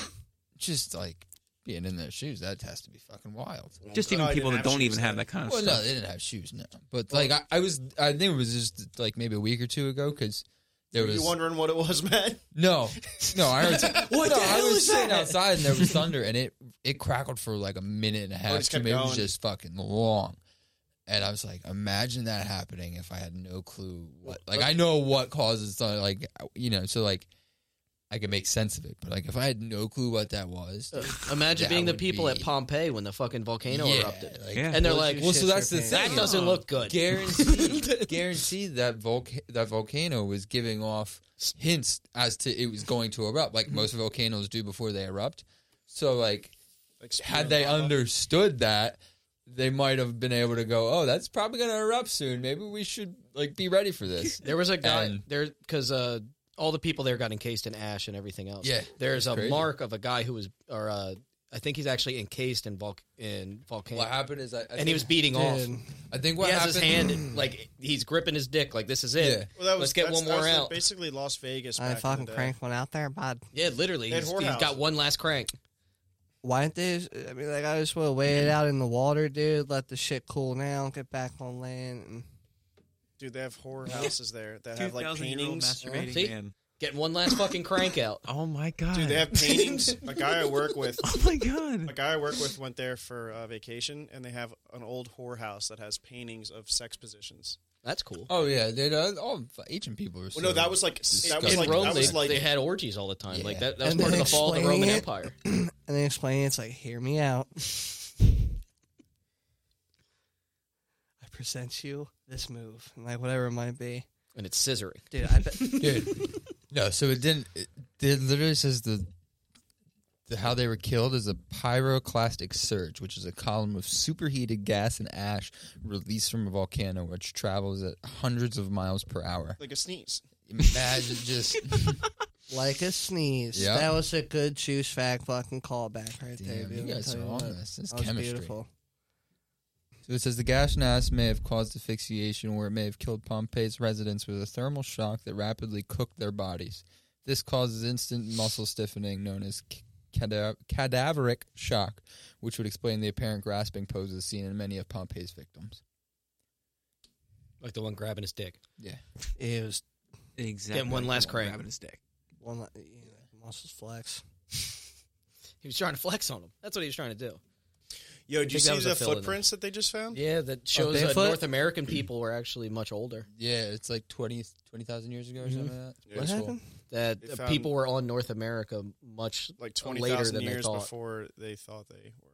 just like being in their shoes, that has to be fucking wild. Just No, even I people didn't that don't actually even say have that. that kind of Well, no, stuff. they didn't have shoes, no. But like I, I was, I think it was just like maybe a week or two ago because There Were was you wondering what it was, Matt? no, no. I heard what no, the hell I was is sitting that? outside and there was thunder, and it it crackled for like a minute and a half. Oh, just two kept minutes. It was going. just fucking long. And I was like, imagine that happening if I had no clue what. Like, I know what causes thunder. Like, you know, so like, I could make sense of it. But like, if I had no clue what that was, Imagine That being the would people at be- Pompeii when the fucking volcano yeah, erupted. like, Yeah. And they're Well, like, you Well, shit so that's the your thing. that doesn't look good. guaranteed, guaranteed that volca- that volcano was giving off hints as to it was going to erupt, like most volcanoes do before they erupt. So, like, Like, had they understood that, they might have been able to go, "Oh, that's probably going to erupt soon. Maybe we should like be ready for this." There was a guy And- there because uh, all the people there got encased in ash and everything else. Yeah, there's a crazy. mark of a guy who was, or uh, I think he's actually encased in volc in volcano, What happened is I, I and think, he was beating off. Dude. I think He what has happened his hand like he's gripping his dick like this is it. Yeah. Well, that was, Let's get that's- one more that was out. Basically, Las Vegas. I back in fucking the day. crank one out there, bud. Yeah, literally, They had he's- he's whorehouse. got one last crank. Why didn't they? I mean, like, I just would have waited out in the water, dude. Let the shit cool down, get back on land. And... Dude, they have horror houses there that have like 2,000 year old paintings. Oh, masturbating See? man. Getting one last fucking crank out. Oh my god. Dude, they have paintings. a guy I work with, Oh my god. a guy I work with, went there for uh, vacation, and they have an old whorehouse that has paintings of sex positions. That's cool. Oh yeah, they uh, all ancient people. Are Well, no, so- that was like that was in like Rome, that they, was like they had orgies all the time. Like that, that was And part of then the fall of the explaining Roman it. Empire. And they explain it. It's like, hear me out. I present you this move, and like whatever it might be, And it's scissoring. dude. I bet. dude. No, so it didn't. It, it literally says the, the how they were killed is a pyroclastic surge, which is a column of superheated gas and ash released from a volcano, which travels at hundreds of miles per hour. like a sneeze. Imagine just Like a sneeze. Yeah. That was a good juice fact fucking callback right there, damn, dude. you I'll guys tell are what. on this. This is That was chemistry. beautiful. So it says the gas and ash may have caused asphyxiation, where it may have killed Pompeii's residents with a thermal shock that rapidly cooked their bodies. This causes instant muscle stiffening, known as c- cada- cadaveric shock, which would explain the apparent grasping poses seen in many of Pompeii's victims. Like the one grabbing his dick. Yeah, It was Exactly. Getting one last Come on, crank. grabbing his dick. one like, you know, muscles flex. He was trying to flex on him. That's what he was trying to do. Yo, did you think that see was a the fill-in. footprints that they just found? Yeah, that shows that barefoot? North American people were actually much older. yeah, it's like 20 20,000 years ago or something like that. What That's cool. happened? That They uh, found- people were on North America much Like twenty later thousand than they years thought. before they thought they were.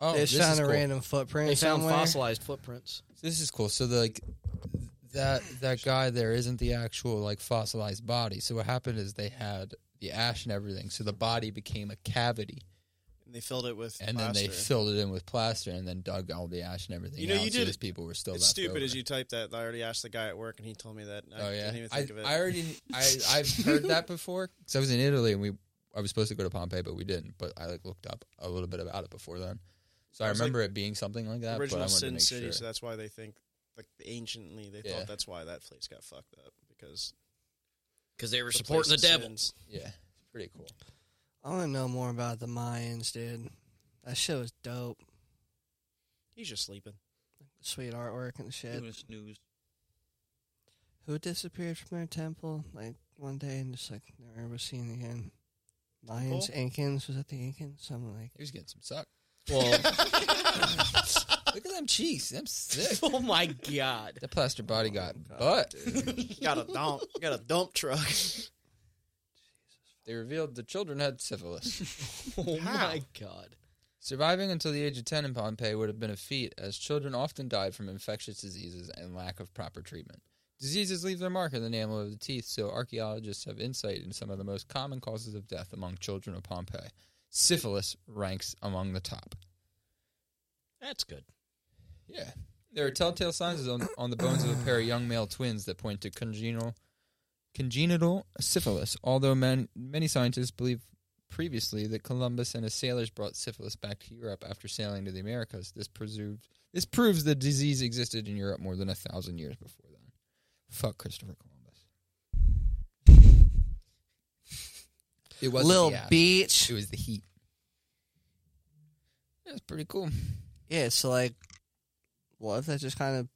Oh, they this just is found a cool. random footprint. They found somewhere. fossilized footprints. This is cool. So the, like that that guy there isn't the actual like fossilized body. So what happened is they had the ash and everything. So the body became a cavity, And they filled it with and then they plaster. filled it in with plaster, and then dug all the ash and everything. You know, out, you so did- these people were still It's left stupid over. as you type that. I already asked the guy at work, and he told me that. I Oh yeah, didn't even I, think of it. I already I I've heard that before because I was in Italy and we I was supposed to go to Pompeii but we didn't. But I like looked up a little bit about it before then, so I, It was, like, remember it being something like that. but I Original wanted to Sin make City, sure. so that's why they think, like anciently, they Yeah. thought that's why that place got fucked up because Because they were the supporting the place of devil. sins. yeah, it's pretty cool. I want to know more about the Mayans, dude. That shit was dope. He's just sleeping. Sweet artwork and shit. Doing a snooze. Who disappeared from their temple like one day and just like never was seen again? Lions, Incans, was that the Incans? Something like He was getting some suck. Well, Look at them cheeks. Them sick. oh my god. That plaster body got butt. got a dump. Got a dump truck. They revealed the children had syphilis. Oh How? my god. Surviving until the age of 10 in Pompeii would have been a feat, as children often died from infectious diseases and lack of proper treatment. Diseases leave their mark in the enamel of the teeth, so archaeologists have insight into some of the most common causes of death among children of Pompeii. Syphilis ranks among the top. That's good. Yeah. There are telltale signs on, on the bones of a pair of young male twins that point to congenital congenital syphilis, although man, many scientists believe previously that Columbus and his sailors brought syphilis back to Europe after sailing to the Americas. This preserved, this proves the disease existed in Europe more than a thousand years before then. Fuck Christopher Columbus. It was Little It Beach. was the heat. That's pretty cool. Yeah, so like, what if that just kind of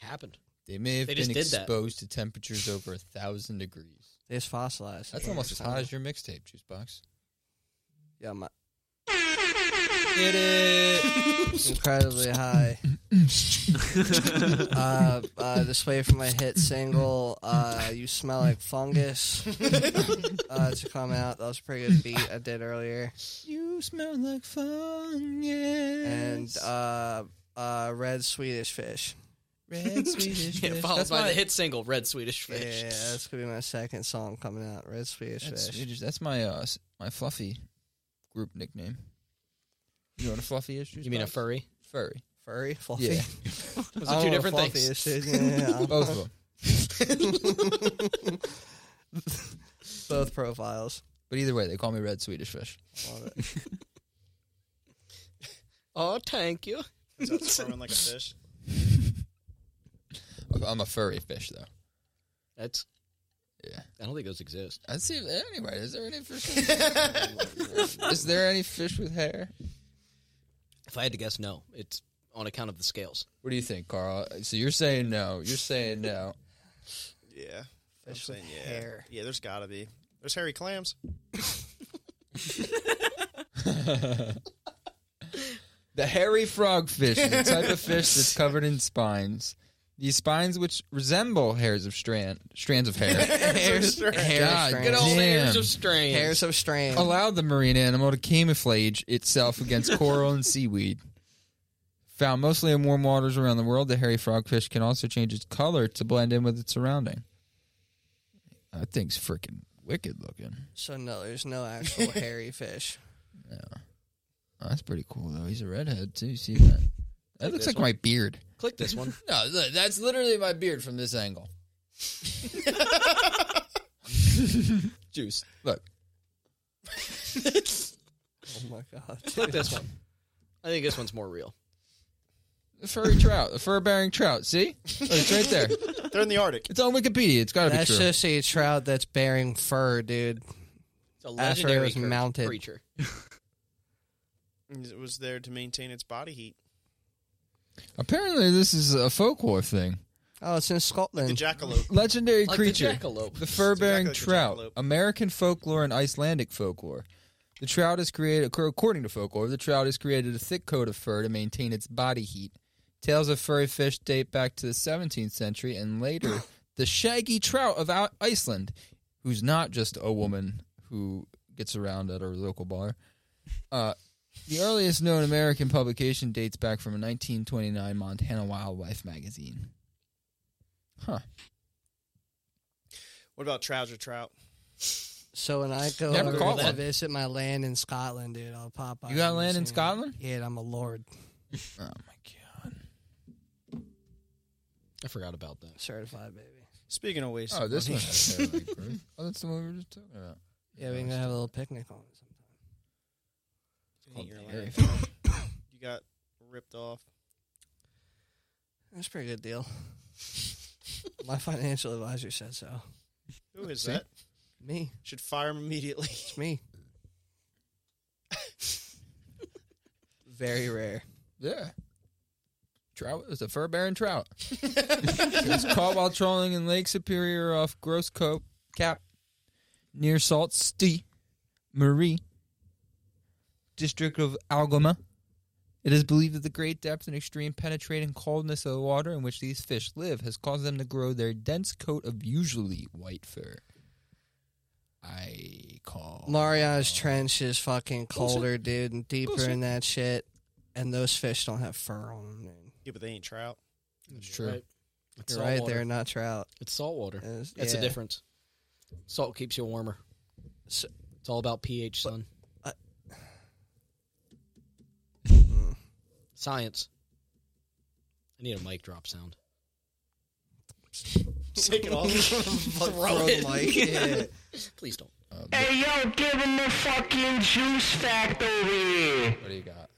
Happened. They may have They just been did that. exposed to temperatures over a thousand degrees. They just fossilized. That's almost as hot as your mixtape, Juicebox. Yeah, my, Get it? incredibly high. uh, uh, this way from my hit single, uh, "You Smell Like Fungus," uh, to come out. That was a pretty good beat I did earlier, you smell like fungus. and uh, uh, "Red Swedish Fish." red Swedish Yeah, fish. followed That's by my- the hit single "Red Swedish Yeah, Fish." that's gonna be my second song coming out. "Red Swedish That's, Fish." Swedish. That's my uh, s- my fluffy group nickname. You know what a fluffy is? You mean a Juicebox? furry? Furry. Furry, fluffy. Yeah, Those I are don't know two different what things. fluffy is, dude. Yeah, yeah, yeah. both of them. both profiles. But either way, they call me red Swedish fish. Love it. Oh, thank you. Is that swimming like a fish? I'm a furry fish though. That's. Yeah. I don't think those exist. I'd see if, anyway. Is there any fish? is there any fish with hair? If I had to guess, no. It's on account of the scales. What do you think, Carl? So you're saying no. You're saying no. Yeah. I'm Fish with saying yeah. hair. Yeah, there's gotta be. There's hairy clams. The hairy frogfish is a type of fish that's covered in spines. These spines, which resemble hairs of strand strands of hair, Hairs, God, strange. good old- Damn. hairs of strange. Hairs so strange. allow the marine animal to camouflage itself against coral and seaweed. Found mostly in warm waters around the world, the hairy frogfish can also change its color to blend in with its surrounding. That thing's freaking wicked looking. So no, there's no actual hairy fish. Oh, that's pretty cool though. He's a redhead too. You see that? That looks like my beard. Click this one. No, look, that's literally my beard from this angle. Juice. Look. Oh my god. Click this one. I think this one's more real. The furry trout, the fur bearing trout. See? Oh, it's right there. They're in the Arctic. It's on Wikipedia. It's got to be That's true. just a trout that's bearing fur, dude. It's a After it legendary was cur- mounted. creature. It was there to maintain its body heat. Apparently, this is a folklore thing. Oh, it's in The Scotland. jackalope. Legendary Like the creature. jackalope. The fur bearing It's exactly like a trout. jackalope. American folklore and Icelandic folklore. The trout is created, ac- according to folklore, the trout has created a thick coat of fur to maintain its body heat. Tales of furry fish date back to the 17th century and later, the shaggy trout of Ou- Iceland, who's not just a woman who gets around at our local bar. Uh, the earliest known American publication dates back from a 1929 Montana Wildlife magazine. Huh. What about trouser trout? So when I go Never over caught to one. visit my land in Scotland, dude, I'll pop by. You got and land in see it. Scotland? Yeah, I'm a lord, Oh, my God. I forgot about that. certified baby. Speaking of waste. Oh, of this money. one. has hair like growth. oh, that's the one we were just talking about. Yeah, we can go have a little picnic on it. sometime. Hate your Called hairy life. frog. You got ripped off. That's a pretty good deal. my financial advisor said so. Who is See? that? Me, Should fire him immediately. it's me. Very rare. Yeah. Trout is a fur bearing trout. it was caught while trolling in Lake Superior off Gross Cope Cap near Salt Ste. Marie, district of Algoma. It is believed that the great depth and extreme penetrating coldness of the water in which these fish live has caused them to grow their dense coat of usually white fur. I call Mariana's Trench is fucking colder, dude, and deeper in that shit. And those fish don't have fur on them, dude. Yeah, but they ain't trout. It's true. Right. It's You're salt right, water. they're not trout. It's salt water. It's- That's yeah. the difference. Salt keeps you warmer. So- It's all about pH, son. uh, Mm. Science. I need a mic drop sound. Take it off. Throw the mic, yeah. Please don't. Hey yo, giving the fucking juice fact over here. What do you got?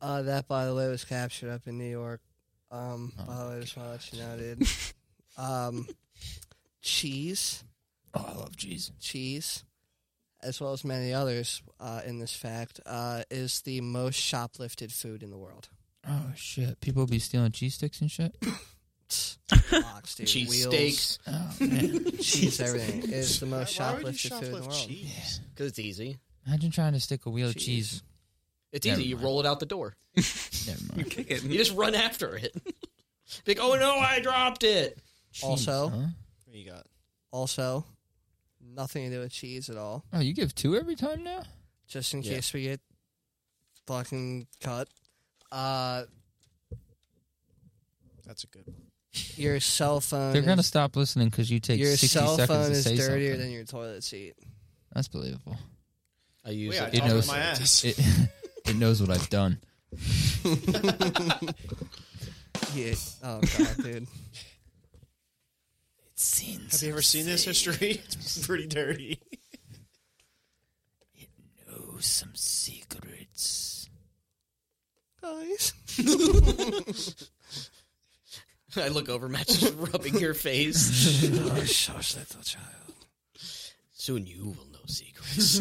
Uh, that, by the way, was captured up in New York. Um, by the way, I just want to let you know, dude. Um, cheese, Oh, I love cheese. cheese, as well as many others uh, in this fact, uh, is the most shoplifted food in the world. Oh shit! People be stealing cheese sticks and shit. locked. Locked, dude. Cheese Wheels, steaks Oh, man. cheese, everything. It's the most Why would you shoplifted food in Uh, the shoplift world. cheese? because it's easy. Imagine trying to stick a wheel of Jeez. cheese. It's Never easy. You mind. roll it out the door. Never mind. Kick it. You just run after it. Be like, oh no, I dropped it. Also- Jeez, huh? What you got? Also, nothing to do with cheese at all. oh, you give two every time now. Just in Yeah. case we get fucking cut. Uh, That's a good one. your cell phone. They're gonna is- stop listening because you take Uh, your sixty cell seconds phone to is say dirtier something. than your toilet seat. That's believable. I use Wait, I it. It talked knows. with my ass. It, it knows what I've done. Yeah. Oh god, dude. It seems Have you ever seen this history? It's pretty dirty. knows some secrets. Guys. I look over, Matt's just rubbing your face. Shush, little child. Soon you will know secrets.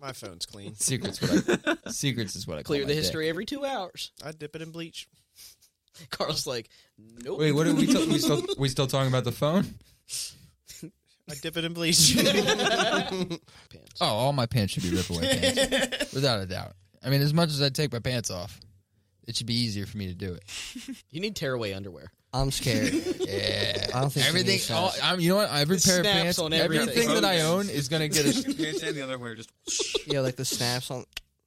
My phone's clean. Secrets. What I, secrets is what I call Clear my the dick. history every two hours. I dip it in bleach. Carl's like, nope. Wait, what are we? we still we still talking about the phone? I dip it in bleach. Pants. Oh, all my pants should be ripaway pants, without a doubt. I mean, as much as I take my pants off, it should be easier for me to do it. You need tearaway underwear. I'm scared. Yeah, I don't think you everything. need that. All, I'm, you know what? Every It pair of snaps pants, on everything. everything. that I own is gonna get. A, Pants and the other way are just. yeah, like the snaps on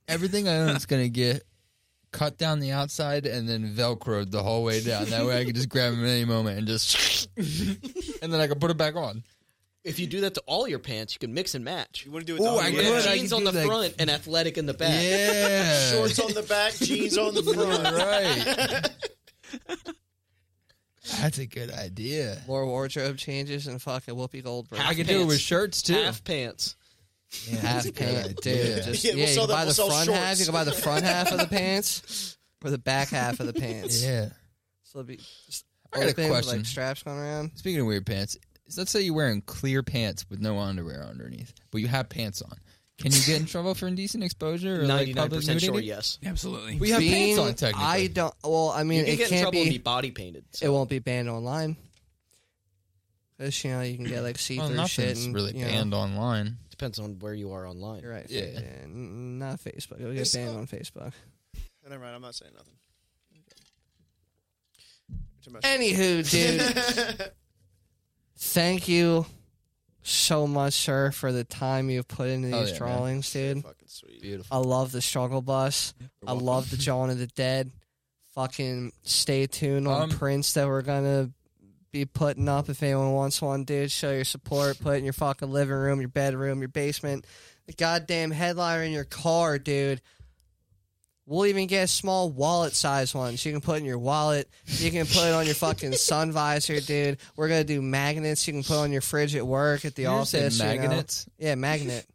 everything I own is gonna get cut down the outside and then velcroed the whole way down. That way, I can just grab them at any moment and just, and then I can put it back on. If you do that to all your pants, you can mix and match. You want to do it? Ooh, the I other You could. way? have jeans could on do the that. front and athletic in the back. Yeah, Shorts on the back, jeans on the front. right. That's a good idea. more wardrobe changes and fucking Whoopi Goldberg. Half I could do it with pants. shirts too. Half pants. Yeah, half pant, dude. Just, yeah, Yeah, we'll you sell can that- buy we'll the sell front half. You shorts. can buy the front half of the pants or the back half of the pants. Yeah. So it'll be just I got a open with, question. like straps going around. Speaking of weird pants, is- let's say you're wearing clear pants with no underwear underneath, but you have pants on. Can you get in trouble for indecent exposure or like Ninety-nine public percent nudity? sure. Yes. Absolutely. We have Being- pants on technically. I don't. Well, I You mean, can it get in can't trouble and be. be body painted. so- It won't be banned online. 'Cause, you know you can get like see well, through shit. nothing's And, really you know, banned online. Depends on where you are online. You're right. Yeah. Yeah. Not Facebook. It'll get It's banned not- on Facebook. Never mind, I'm not saying nothing. You're talking about Anywho, dude, thank you so much, sir, for the time you've put into these Oh, yeah, man. drawings, dude. Fucking sweet. Beautiful. I love the struggle bus. I love the John of the Dead. Fucking stay tuned on Um, prints that we're gonna be putting up if anyone wants one, dude. Show your support. Put it in your fucking living room, your bedroom, your basement, the goddamn headliner in your car, dude. We'll even get small wallet size ones. You can put in your wallet. You can put it on your fucking sun visor, dude. We're gonna do magnets. You can put on your fridge at work, at the You office. said you know. magnets? Yeah, magnet.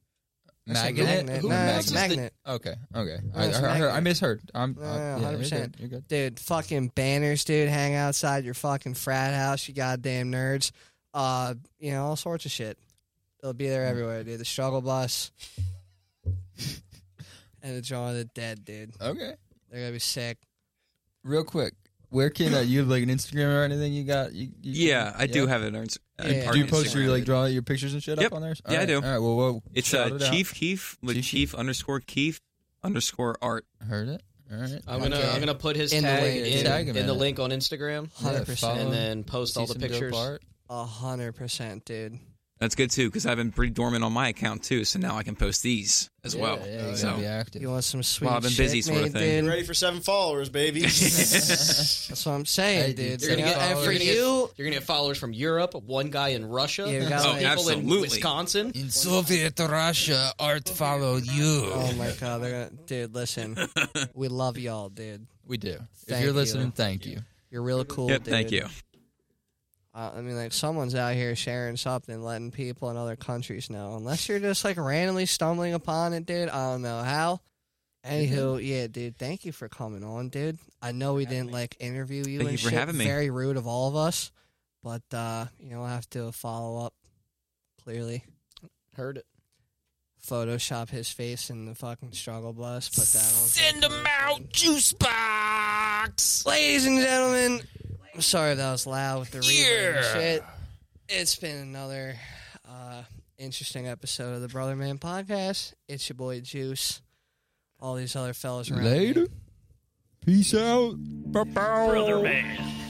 I said Magnet? magnet. Who- No, magnet? it's magnet. Okay, okay. No, I, I, it's heard- I, heard- I magnet. misheard. I'm, No, I- yeah, 100%. You're good. dude fucking banners dude hang outside your fucking frat house you goddamn nerds uh you know all sorts of shit they'll be Mm. there everywhere dude the struggle bus and the John of the dead dude You're good. Okay. they're gonna be sick Real quick, where can uh, you have like an Instagram or anything? You got? You, you, Yeah, I do have it. on Ins- uh, Yeah. part Do you of post Instagram. your like draw your pictures and shit Yep. up on there? Yeah, I Alright, do. All right. Well, well It's shout uh, it out. Chief Keef with Chief Chief, underscore Keef underscore art. Heard it. All right. I'm gonna Okay. I'm gonna put his In the tag link. in, Tag him in in the it. link on Instagram 100%. and then post all the pictures. a hundred percent dude That's good too because I've been pretty dormant on my account too, so now I can post these as well. Yeah, yeah, you so gotta be active. you want some sweet I've been shit busy sort of made, thing. dude? Ready for seven followers, baby. that's what I'm saying Hey, dude, dude you're gonna So- get- and you're for gonna get- you You're gonna get followers from Europe, one guy in Russia, Yeah, we got, some like- people in Absolutely. Wisconsin. In Soviet Russia, art followed you. oh my god they're gonna dude listen we love y'all dude We do. if Thank you're you. listening, thank you. you're real cool yep, dude. thank you. Uh, I mean, like someone's out here sharing something, letting people in other countries know. Unless you're just like randomly stumbling upon it, dude. I don't know how. Anywho, yeah, dude. Thank you for coming on, dude. I know we didn't like interview you. Thank and you for shit. having me. Very rude of all of us, but uh, you know, I have to follow up. Clearly, Heard it. Photoshop his face in the fucking struggle bus. Put that on. Send 'em out, juice box. Ladies and gentlemen, I'm sorry if that was loud with the reverb and shit. It's been another uh, interesting episode of the Brother Man podcast. It's your boy Juice. All these other fellas around. me. Later. Peace out. Bye-bye. Brother man.